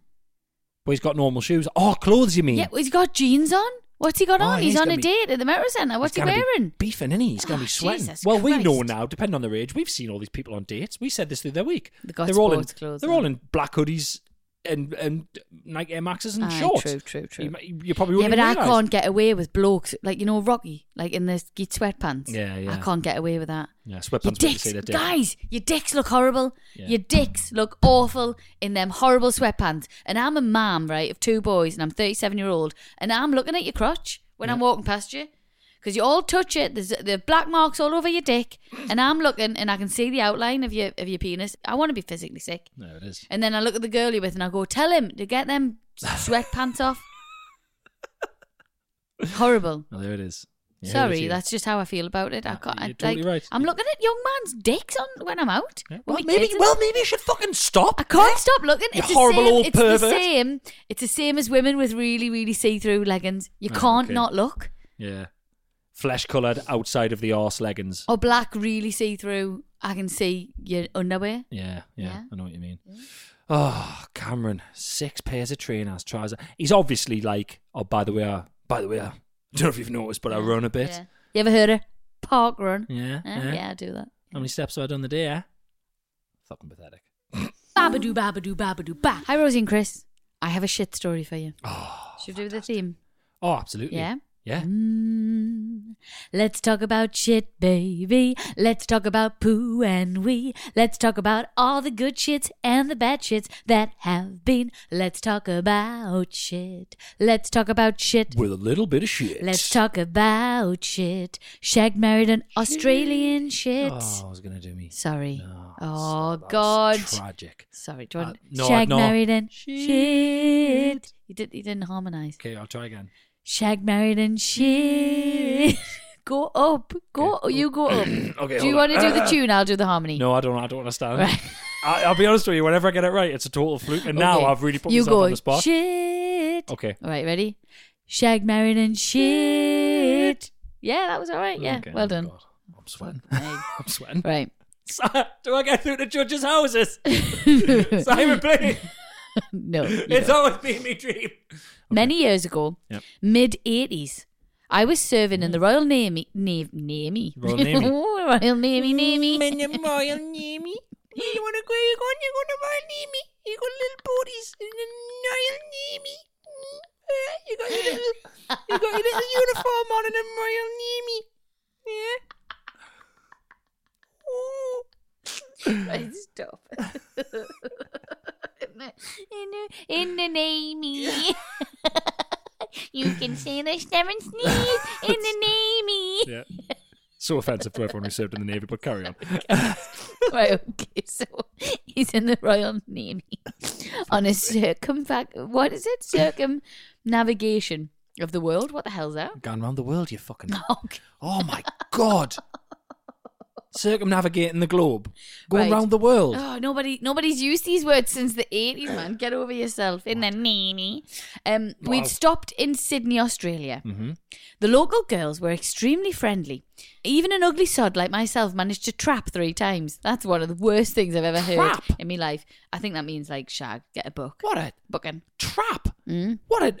[SPEAKER 2] Well, he's got normal shoes. Oh, clothes, you mean?
[SPEAKER 1] Yeah, he's got jeans on. What's he got
[SPEAKER 2] Oh,
[SPEAKER 1] on?
[SPEAKER 2] yeah,
[SPEAKER 1] He's,
[SPEAKER 2] he's
[SPEAKER 1] on
[SPEAKER 2] gonna
[SPEAKER 1] a
[SPEAKER 2] be-
[SPEAKER 1] date at the Metro Centre. What's he
[SPEAKER 2] He's gonna be
[SPEAKER 1] wearing?
[SPEAKER 2] Beefing, innit? He's going to
[SPEAKER 1] Oh,
[SPEAKER 2] be sweating.
[SPEAKER 1] Jesus
[SPEAKER 2] well, we know
[SPEAKER 1] Christ.
[SPEAKER 2] now, depending on their age, we've seen all these people on dates. We said this the other week.
[SPEAKER 1] They've got
[SPEAKER 2] they're all in,
[SPEAKER 1] sports clothes
[SPEAKER 2] They're
[SPEAKER 1] on.
[SPEAKER 2] all in black hoodies and, and Nike Air Maxes and
[SPEAKER 1] Aye,
[SPEAKER 2] shorts.
[SPEAKER 1] true, true, true.
[SPEAKER 2] You, might- you probably
[SPEAKER 1] Yeah,
[SPEAKER 2] wouldn't
[SPEAKER 1] but
[SPEAKER 2] even
[SPEAKER 1] I
[SPEAKER 2] realise.
[SPEAKER 1] can't get away with blokes like you know Rocky, like in the ski sweatpants.
[SPEAKER 2] Yeah, yeah.
[SPEAKER 1] I can't get away with that.
[SPEAKER 2] Yeah,
[SPEAKER 1] Your
[SPEAKER 2] sweatpants when you
[SPEAKER 1] dicks,
[SPEAKER 2] say that.
[SPEAKER 1] guys, your dicks look horrible.
[SPEAKER 2] Yeah.
[SPEAKER 1] Your dicks look awful in them horrible sweatpants. And I'm a mom, right, of two boys, and I'm 37 year old, and I'm looking at your crotch when I'm walking past you. Because you all touch it, there's the black marks all over your dick, and I'm looking, and I can see the outline of your of your penis. I want to be physically sick.
[SPEAKER 2] No, it is.
[SPEAKER 1] And then I look at the girl you're with and I go, tell him to get them sweatpants off. Horrible.
[SPEAKER 2] No, Oh, there it is. Yeah, it is
[SPEAKER 1] Sorry,
[SPEAKER 2] you.
[SPEAKER 1] that's just how I feel about it. I
[SPEAKER 2] Nah,
[SPEAKER 1] can't. I,
[SPEAKER 2] you're totally
[SPEAKER 1] like,
[SPEAKER 2] right.
[SPEAKER 1] I'm looking at young man's dicks on when I'm out.
[SPEAKER 2] Yeah.
[SPEAKER 1] with
[SPEAKER 2] Well,
[SPEAKER 1] me kids
[SPEAKER 2] maybe.
[SPEAKER 1] and-
[SPEAKER 2] Well, maybe you should fucking stop.
[SPEAKER 1] I can't stop looking.
[SPEAKER 2] You
[SPEAKER 1] It's the
[SPEAKER 2] horrible
[SPEAKER 1] same.
[SPEAKER 2] old
[SPEAKER 1] it's the
[SPEAKER 2] pervert.
[SPEAKER 1] same. It's the same as women with really, really see-through leggings. You
[SPEAKER 2] Oh,
[SPEAKER 1] can't
[SPEAKER 2] okay.
[SPEAKER 1] not look.
[SPEAKER 2] Yeah. Flesh coloured outside of the arse leggings.
[SPEAKER 1] Or black, really see-through. I can see your underwear.
[SPEAKER 2] Yeah, yeah,
[SPEAKER 1] Yeah.
[SPEAKER 2] I know what you mean. Oh, Cameron, six pairs of trainers, trousers. He's obviously like, oh, by the way, I, by the way, I don't know if you've noticed, but I run a bit.
[SPEAKER 1] Yeah. You ever heard of park run?
[SPEAKER 2] Yeah,
[SPEAKER 1] Eh,
[SPEAKER 2] yeah.
[SPEAKER 1] yeah, I do that.
[SPEAKER 2] How many steps have I done the day? Eh? Fucking pathetic.
[SPEAKER 1] Babadoo, babadoo, babadoo, ba. Hi, Rosie and Chris. I have a shit story for you.
[SPEAKER 2] Oh,
[SPEAKER 1] Should we do the theme?
[SPEAKER 2] oh absolutely.
[SPEAKER 1] Yeah?
[SPEAKER 2] yeah.
[SPEAKER 1] Mm, Let's talk about shit, baby. Let's talk about poo and wee. Let's talk about all the good shits and the bad shits that have been. Let's talk about shit. Let's talk about shit.
[SPEAKER 2] With a little bit of shit.
[SPEAKER 1] Let's talk about shit. Shag married an Australian shit.
[SPEAKER 2] Oh, I was gonna do me.
[SPEAKER 1] Sorry.
[SPEAKER 2] No,
[SPEAKER 1] oh,
[SPEAKER 2] that was
[SPEAKER 1] God.
[SPEAKER 2] Tragic.
[SPEAKER 1] Sorry, Jordan.
[SPEAKER 2] Uh, no,
[SPEAKER 1] Shag
[SPEAKER 2] no.
[SPEAKER 1] married and shit. He did. He didn't harmonize.
[SPEAKER 2] Okay, I'll try again.
[SPEAKER 1] Shag married and shit. go up. Go. You go up.
[SPEAKER 2] Okay,
[SPEAKER 1] do you
[SPEAKER 2] hold
[SPEAKER 1] want
[SPEAKER 2] on.
[SPEAKER 1] to do the tune? I'll do the harmony.
[SPEAKER 2] No, I don't. I don't understand.
[SPEAKER 1] Right.
[SPEAKER 2] I, I'll be honest with you. Whenever I get it right, it's a total fluke. And now
[SPEAKER 1] Okay.
[SPEAKER 2] I've really put
[SPEAKER 1] you
[SPEAKER 2] myself
[SPEAKER 1] go,
[SPEAKER 2] on the spot.
[SPEAKER 1] Shit.
[SPEAKER 2] Okay.
[SPEAKER 1] All right. Ready? Shag married and shit. Yeah, that was all right. Yeah.
[SPEAKER 2] Okay,
[SPEAKER 1] Well
[SPEAKER 2] oh,
[SPEAKER 1] done.
[SPEAKER 2] God. I'm sweating.
[SPEAKER 1] Right.
[SPEAKER 2] I'm sweating.
[SPEAKER 1] right.
[SPEAKER 2] Do I get through the judges' houses? Simon, please.
[SPEAKER 1] No. you
[SPEAKER 2] It's
[SPEAKER 1] don't.
[SPEAKER 2] always been my dream.
[SPEAKER 1] Many years ago,
[SPEAKER 2] Yep. Mm.
[SPEAKER 1] mid 80s, I was serving in the Royal Navy. Navy, Navy.
[SPEAKER 2] Royal Navy. Mm,
[SPEAKER 1] Royal Navy. Navy.
[SPEAKER 2] Royal Navy. You wanna go? You going? You going to Royal Navy? You got little bodies in the Royal Navy. Mm, You got your little, you got your little uniform on in the Royal Navy. Yeah. Ooh.
[SPEAKER 1] Right, Stop. in, the, in, the, in the Navy. you can say the seven sneeze in the Navy.
[SPEAKER 2] Yeah. So offensive to everyone who served in the Navy, but carry on.
[SPEAKER 1] Right, okay, so he's in the Royal Navy on a circumvac what is it? Circumnavigation of the world? What the hell's that?
[SPEAKER 2] Going around the world, you fucking.
[SPEAKER 1] Okay.
[SPEAKER 2] Oh my god. Circumnavigating the globe. Going
[SPEAKER 1] Right.
[SPEAKER 2] round the world.
[SPEAKER 1] Oh, nobody, nobody's used these words since the eighties, man. Get over yourself in the nanny. Um,
[SPEAKER 2] Wow. Mm-hmm.
[SPEAKER 1] we'd stopped in Sydney, Australia. The local girls were extremely friendly. Even an ugly sod like myself managed to trap three times. That's one of the worst things I've ever heard
[SPEAKER 2] Trap?
[SPEAKER 1] in my life. I think that means like shag, get a book,
[SPEAKER 2] What a
[SPEAKER 1] booking.
[SPEAKER 2] trap.
[SPEAKER 1] Mm.
[SPEAKER 2] What an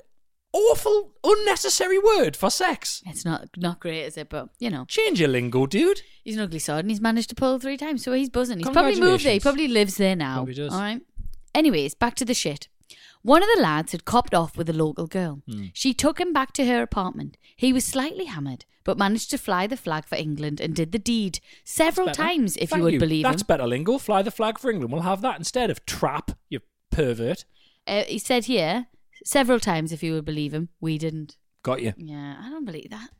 [SPEAKER 2] awful, unnecessary word for sex.
[SPEAKER 1] It's not not great, is it? But you know,
[SPEAKER 2] Change your lingo, dude.
[SPEAKER 1] he's an ugly sod, and he's managed to pull three times, so he's buzzing. He's probably moved there. He
[SPEAKER 2] Congratulations.
[SPEAKER 1] probably lives there now.
[SPEAKER 2] Probably does.
[SPEAKER 1] All right. Anyways, back to the shit. One of the lads had copped off with a local girl.
[SPEAKER 2] Hmm.
[SPEAKER 1] She took him back to her apartment. He was slightly hammered, but managed to fly the flag for England and did the deed several
[SPEAKER 2] Better.
[SPEAKER 1] times, if
[SPEAKER 2] Thank
[SPEAKER 1] you would believe
[SPEAKER 2] That's
[SPEAKER 1] him.
[SPEAKER 2] better lingo. Fly the flag for England. We'll have that instead of trap, you pervert.
[SPEAKER 1] Uh, he said here several times, if you would believe him. We didn't.
[SPEAKER 2] Got you.
[SPEAKER 1] Yeah, I don't believe that.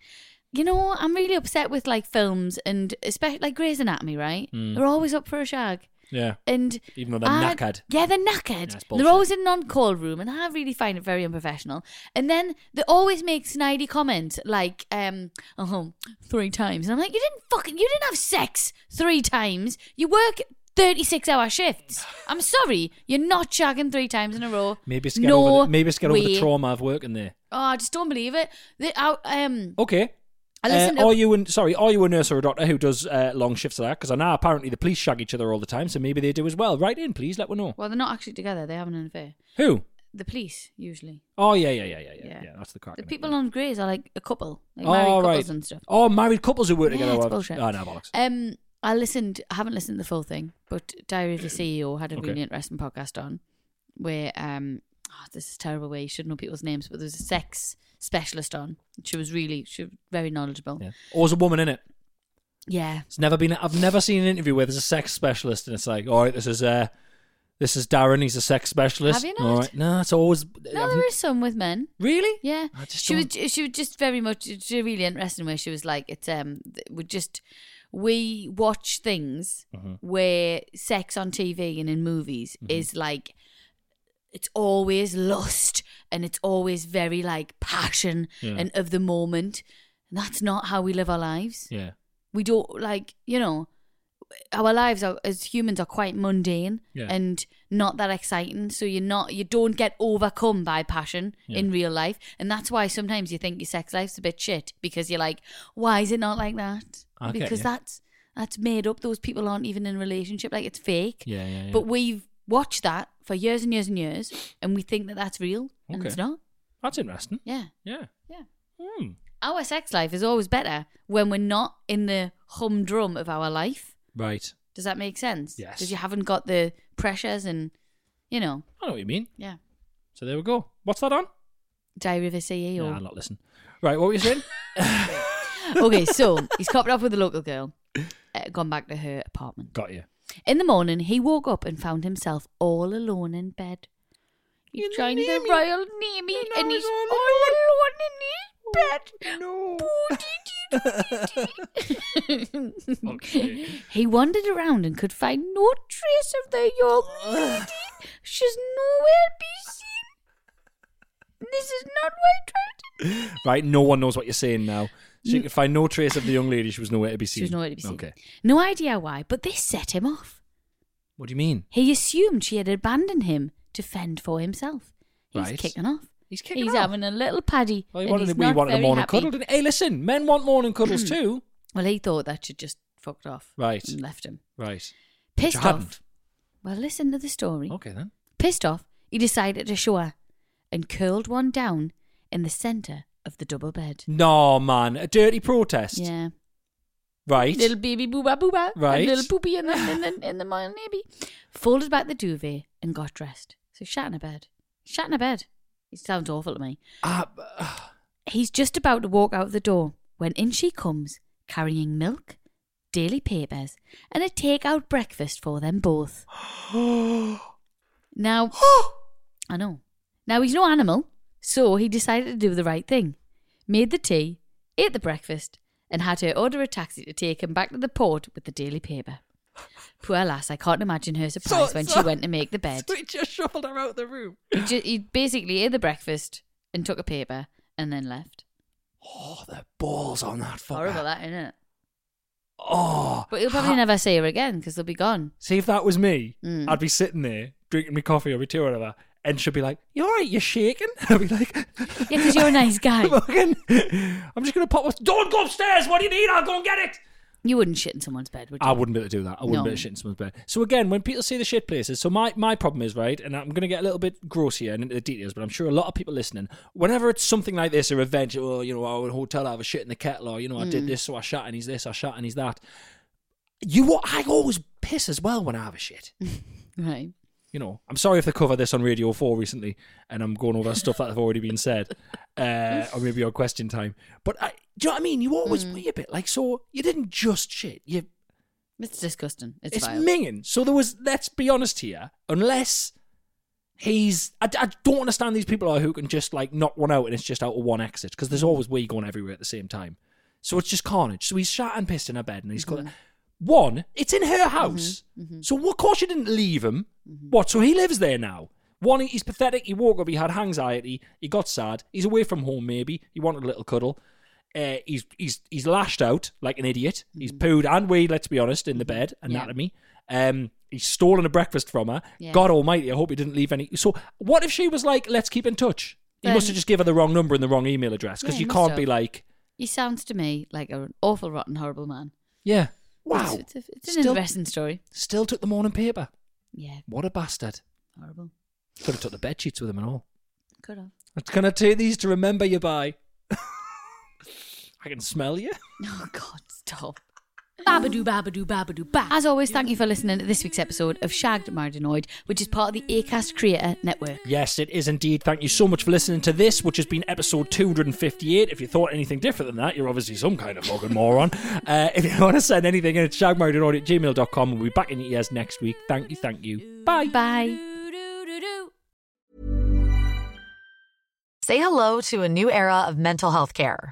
[SPEAKER 1] You know, I'm really upset with like films and especially like Grey's Anatomy, right?
[SPEAKER 2] Hmm.
[SPEAKER 1] They're always up for a shag.
[SPEAKER 2] Yeah.
[SPEAKER 1] And
[SPEAKER 2] Even though they're
[SPEAKER 1] I-
[SPEAKER 2] knackered.
[SPEAKER 1] Yeah, they're knackered.
[SPEAKER 2] That's
[SPEAKER 1] they're
[SPEAKER 2] bullshit.
[SPEAKER 1] always in an on-call room, and I really find it very unprofessional. And then they always make snidey comments like, um, oh, three times. And I'm like, you didn't fucking, you didn't have sex three times. You work 36-hour shifts. I'm sorry, you're not shagging three times in a row.
[SPEAKER 2] Maybe it's to get,
[SPEAKER 1] no
[SPEAKER 2] over, the, maybe it's to get over the
[SPEAKER 1] way.
[SPEAKER 2] trauma of working there.
[SPEAKER 1] Oh, I just don't believe it. They, I, um,
[SPEAKER 2] Okay.
[SPEAKER 1] I listened
[SPEAKER 2] Uh,
[SPEAKER 1] to-
[SPEAKER 2] are you in, sorry? Are you a nurse or a doctor who does uh, long shifts like that? Because I know apparently the police shag each other all the time, so maybe they do as well. Write in, please. Let me know
[SPEAKER 1] well, they're not actually together. They're having an affair.
[SPEAKER 2] who.
[SPEAKER 1] The police usually.
[SPEAKER 2] Oh yeah, yeah, yeah, yeah, yeah.
[SPEAKER 1] Yeah.
[SPEAKER 2] yeah that's the crack.
[SPEAKER 1] The
[SPEAKER 2] in it,
[SPEAKER 1] people
[SPEAKER 2] yeah.
[SPEAKER 1] on Grey's are like a couple, like married couples and stuff.
[SPEAKER 2] Oh, married couples who work
[SPEAKER 1] Yeah,
[SPEAKER 2] together.
[SPEAKER 1] it's
[SPEAKER 2] well,
[SPEAKER 1] bullshit.
[SPEAKER 2] Oh, no, bollocks.
[SPEAKER 1] Um, I listened. I haven't listened to the full thing, but Diary of the CEO had a
[SPEAKER 2] Okay.
[SPEAKER 1] really interesting podcast on where um, oh, this is a terrible way you should know people's names, but there was a sex specialist on. She was really, she was very knowledgeable.
[SPEAKER 2] Yeah. Always a woman in it.
[SPEAKER 1] Yeah.
[SPEAKER 2] It's never been. I've never seen an interview where there's a sex specialist, and it's like, all right, this is uh, this is Darren. He's a sex specialist.
[SPEAKER 1] Have you
[SPEAKER 2] All
[SPEAKER 1] not?
[SPEAKER 2] right, no, it's always.
[SPEAKER 1] No,
[SPEAKER 2] I've-
[SPEAKER 1] there is some with men.
[SPEAKER 2] Really?
[SPEAKER 1] Yeah,
[SPEAKER 2] I just
[SPEAKER 1] she was she was just very much she was really interesting where she was like it's um th- we just we watch things
[SPEAKER 2] Mm-hmm.
[SPEAKER 1] where sex on TV and in movies is like it's always lust and it's always very like passion
[SPEAKER 2] Yeah.
[SPEAKER 1] and of the moment and that's not how we live our lives
[SPEAKER 2] Yeah.
[SPEAKER 1] we don't like you know our lives are, as humans are quite mundane
[SPEAKER 2] Yeah.
[SPEAKER 1] and not that exciting so you're not you don't get overcome by passion in real life and that's why sometimes you think your sex life's a bit shit because you're like why is it not like that
[SPEAKER 2] I get
[SPEAKER 1] because
[SPEAKER 2] you.
[SPEAKER 1] that's that's made up those people aren't even in a relationship like it's fake
[SPEAKER 2] Yeah, yeah, yeah.
[SPEAKER 1] but we've watched that for years and years and years and we think that that's real and
[SPEAKER 2] Okay.
[SPEAKER 1] it's not
[SPEAKER 2] That's interesting.
[SPEAKER 1] yeah
[SPEAKER 2] Yeah.
[SPEAKER 1] Yeah.
[SPEAKER 2] Hmm.
[SPEAKER 1] our sex life is always better when we're not in the humdrum of our life
[SPEAKER 2] Right.
[SPEAKER 1] Does that make sense?
[SPEAKER 2] Yes.
[SPEAKER 1] Because you haven't got the pressures and, you know,
[SPEAKER 2] I know what you mean.
[SPEAKER 1] yeah.
[SPEAKER 2] So there we go. What's that on?
[SPEAKER 1] Diary of a E CEO.
[SPEAKER 2] Nah, I'm not listening. Right, what were you saying?
[SPEAKER 1] Okay, so he's copped off with a local girl, uh, gone back to her apartment.
[SPEAKER 2] Got you.
[SPEAKER 1] In the morning, he woke up and found himself all alone in bed. He joined the royal navy and he's all alone in his bed. No.
[SPEAKER 2] Okay.
[SPEAKER 1] he wandered around and could find no trace of the young lady. She's nowhere to be seen. This is not what I tried to do.
[SPEAKER 2] Right, no one knows what you're saying now. She could find no trace of the young lady. She was nowhere to be seen.
[SPEAKER 1] She was nowhere to be seen.
[SPEAKER 2] Okay.
[SPEAKER 1] No idea why, but this set him off.
[SPEAKER 2] What do you mean?
[SPEAKER 1] He assumed she had abandoned him to fend for himself. He's
[SPEAKER 2] Right.
[SPEAKER 1] kicking off.
[SPEAKER 2] He's kicking
[SPEAKER 1] he's
[SPEAKER 2] off.
[SPEAKER 1] having a little paddy.
[SPEAKER 2] Well, he
[SPEAKER 1] and
[SPEAKER 2] wanted-
[SPEAKER 1] he's
[SPEAKER 2] we
[SPEAKER 1] not
[SPEAKER 2] wanted a
[SPEAKER 1] very
[SPEAKER 2] morning
[SPEAKER 1] happy.
[SPEAKER 2] cuddle. didn't- Hey, listen, men want morning cuddles too.
[SPEAKER 1] Well, he thought that should just fucked off.
[SPEAKER 2] Right.
[SPEAKER 1] And left him.
[SPEAKER 2] Right. But
[SPEAKER 1] Pissed
[SPEAKER 2] you
[SPEAKER 1] off.
[SPEAKER 2] hadn't.
[SPEAKER 1] Well, listen to the story.
[SPEAKER 2] Okay then.
[SPEAKER 1] Pissed off, he decided to show her and curled one down in the centre of the double bed.
[SPEAKER 2] No man, a dirty protest.
[SPEAKER 1] Yeah.
[SPEAKER 2] Right.
[SPEAKER 1] Little baby booba booba.
[SPEAKER 2] Right.
[SPEAKER 1] And little poopy and then in the, in the morning baby. Folded back the duvet and got dressed. So shat in a bed. Shat in a bed. It sounds awful to me.
[SPEAKER 2] Ah, b- ah.
[SPEAKER 1] He's just about to walk out the door when in she comes, carrying milk, daily papers, and a takeout breakfast for them both. now, I know. Now he's no animal, so he decided to do the right thing. Made the tea, ate the breakfast, and had her order a taxi to take him back to the port with the daily paper. Poor lass, I can't imagine her surprise when she went to make the bed.
[SPEAKER 2] So he just shuffled her out the room.
[SPEAKER 1] He, ju- he basically ate the breakfast and took a paper and then left.
[SPEAKER 2] Oh, the balls on that fucker.
[SPEAKER 1] Horrible, that isn't it?
[SPEAKER 2] Oh.
[SPEAKER 1] But he'll probably
[SPEAKER 2] ha-
[SPEAKER 1] never see her again because they'll be gone.
[SPEAKER 2] See, if that was me,
[SPEAKER 1] Mm.
[SPEAKER 2] I'd be sitting there drinking my coffee or my tea or whatever, and she'd be like, "You all right? You're shaking." I'd be like,
[SPEAKER 1] Yeah, because you're a nice guy.
[SPEAKER 2] "Fucking, I'm just gonna pop." Up. Don't go upstairs. What do you need? I'll go and get it.
[SPEAKER 1] You wouldn't shit in someone's bed, would you?
[SPEAKER 2] I wouldn't be able to do that. I wouldn't
[SPEAKER 1] No.
[SPEAKER 2] be able to shit in someone's bed. So again, when people say the shit places, so my, my problem is right, and I'm going to get a little bit gross here and into the details, but I'm sure a lot of people listening, whenever it's something like this, a revenge, oh, you know, I would hotel, I have a shit in the kettle, or you know, I
[SPEAKER 1] Mm.
[SPEAKER 2] did this, so I shot, and he's this, I shot, and he's that. You, wa- I always piss as well when I have a shit.
[SPEAKER 1] Right.
[SPEAKER 2] You know, I'm sorry if they covered this on Radio Four recently, and I'm going over stuff that have already been said, uh, or maybe on Question Time. But I, do you know what I mean? You always
[SPEAKER 1] Hmm.
[SPEAKER 2] weigh a bit like so. You didn't just shit. You
[SPEAKER 1] It's disgusting. It's,
[SPEAKER 2] it's,
[SPEAKER 1] vile.
[SPEAKER 2] minging. So there was. Let's be honest here. Unless he's, I, I don't understand these people who can just like knock one out and it's just out of one exit because there's always we going everywhere at the same time. So it's just carnage. So he's shot and pissed in her bed, and he's
[SPEAKER 1] Hmm.
[SPEAKER 2] got one. It's in
[SPEAKER 1] Mm-hmm.
[SPEAKER 2] her house. So of course you didn't leave him. What? So he lives there now. One, he's pathetic. He woke up. He had anxiety. He got sad. He's away from home. Maybe he wanted a little cuddle. Uh, he's he's he's lashed out like an idiot. He's
[SPEAKER 1] Mm-hmm.
[SPEAKER 2] pooed and wee. Let's be honest, in the bed anatomy. Um, he's stolen a breakfast from her.
[SPEAKER 1] Yeah.
[SPEAKER 2] God Almighty, I hope he didn't leave any. So what if she was like, "Let's keep in touch"? He
[SPEAKER 1] Then-
[SPEAKER 2] must have just given her the wrong number and the wrong email address because
[SPEAKER 1] Yeah, he
[SPEAKER 2] you
[SPEAKER 1] must
[SPEAKER 2] can't
[SPEAKER 1] have.
[SPEAKER 2] be like,
[SPEAKER 1] He sounds to me like an awful, rotten, horrible man.
[SPEAKER 2] "Yeah,
[SPEAKER 1] It's-
[SPEAKER 2] wow."
[SPEAKER 1] It's, a- it's an
[SPEAKER 2] Still-
[SPEAKER 1] interesting story.
[SPEAKER 2] Still took the morning paper.
[SPEAKER 1] Yeah.
[SPEAKER 2] What a bastard.
[SPEAKER 1] Horrible.
[SPEAKER 2] Could have took the bed sheets with him and all.
[SPEAKER 1] Could have.
[SPEAKER 2] Can I take these to remember you by? I can smell you.
[SPEAKER 1] Oh, God, stop. Babadoo, babadoo, babadoo, ba. As always, thank you for listening to this week's episode of Shagged Mardinoid, which is part of the ACAST Creator Network.
[SPEAKER 2] Yes, it is indeed. Thank you so much for listening to this, which has been episode 258. If you thought anything different than that, you're obviously some kind of fucking moron. Uh, if you want to send anything in, it's shagmarriedandaudio at gmail.com. We'll be back in your ears next week. Thank you, thank you.
[SPEAKER 1] Bye. Bye.
[SPEAKER 9] Say hello to a new era of mental health care.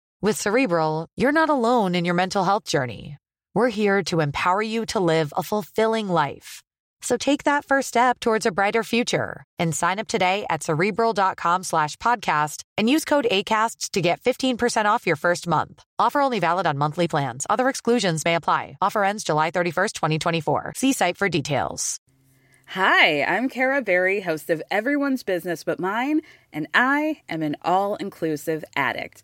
[SPEAKER 9] With Cerebral, you're not alone in your mental health journey. We're here to empower you to live a fulfilling life. So take that first step towards a brighter future and sign up today at cerebral.com slash podcast and use code ACAST to get 15% off your first month. Offer only valid on monthly plans. Other exclusions may apply. Offer ends July 31st, 2024. See site for details.
[SPEAKER 10] Hi, I'm Kara Berry, host of Everyone's Business But Mine, and I am an all inclusive addict.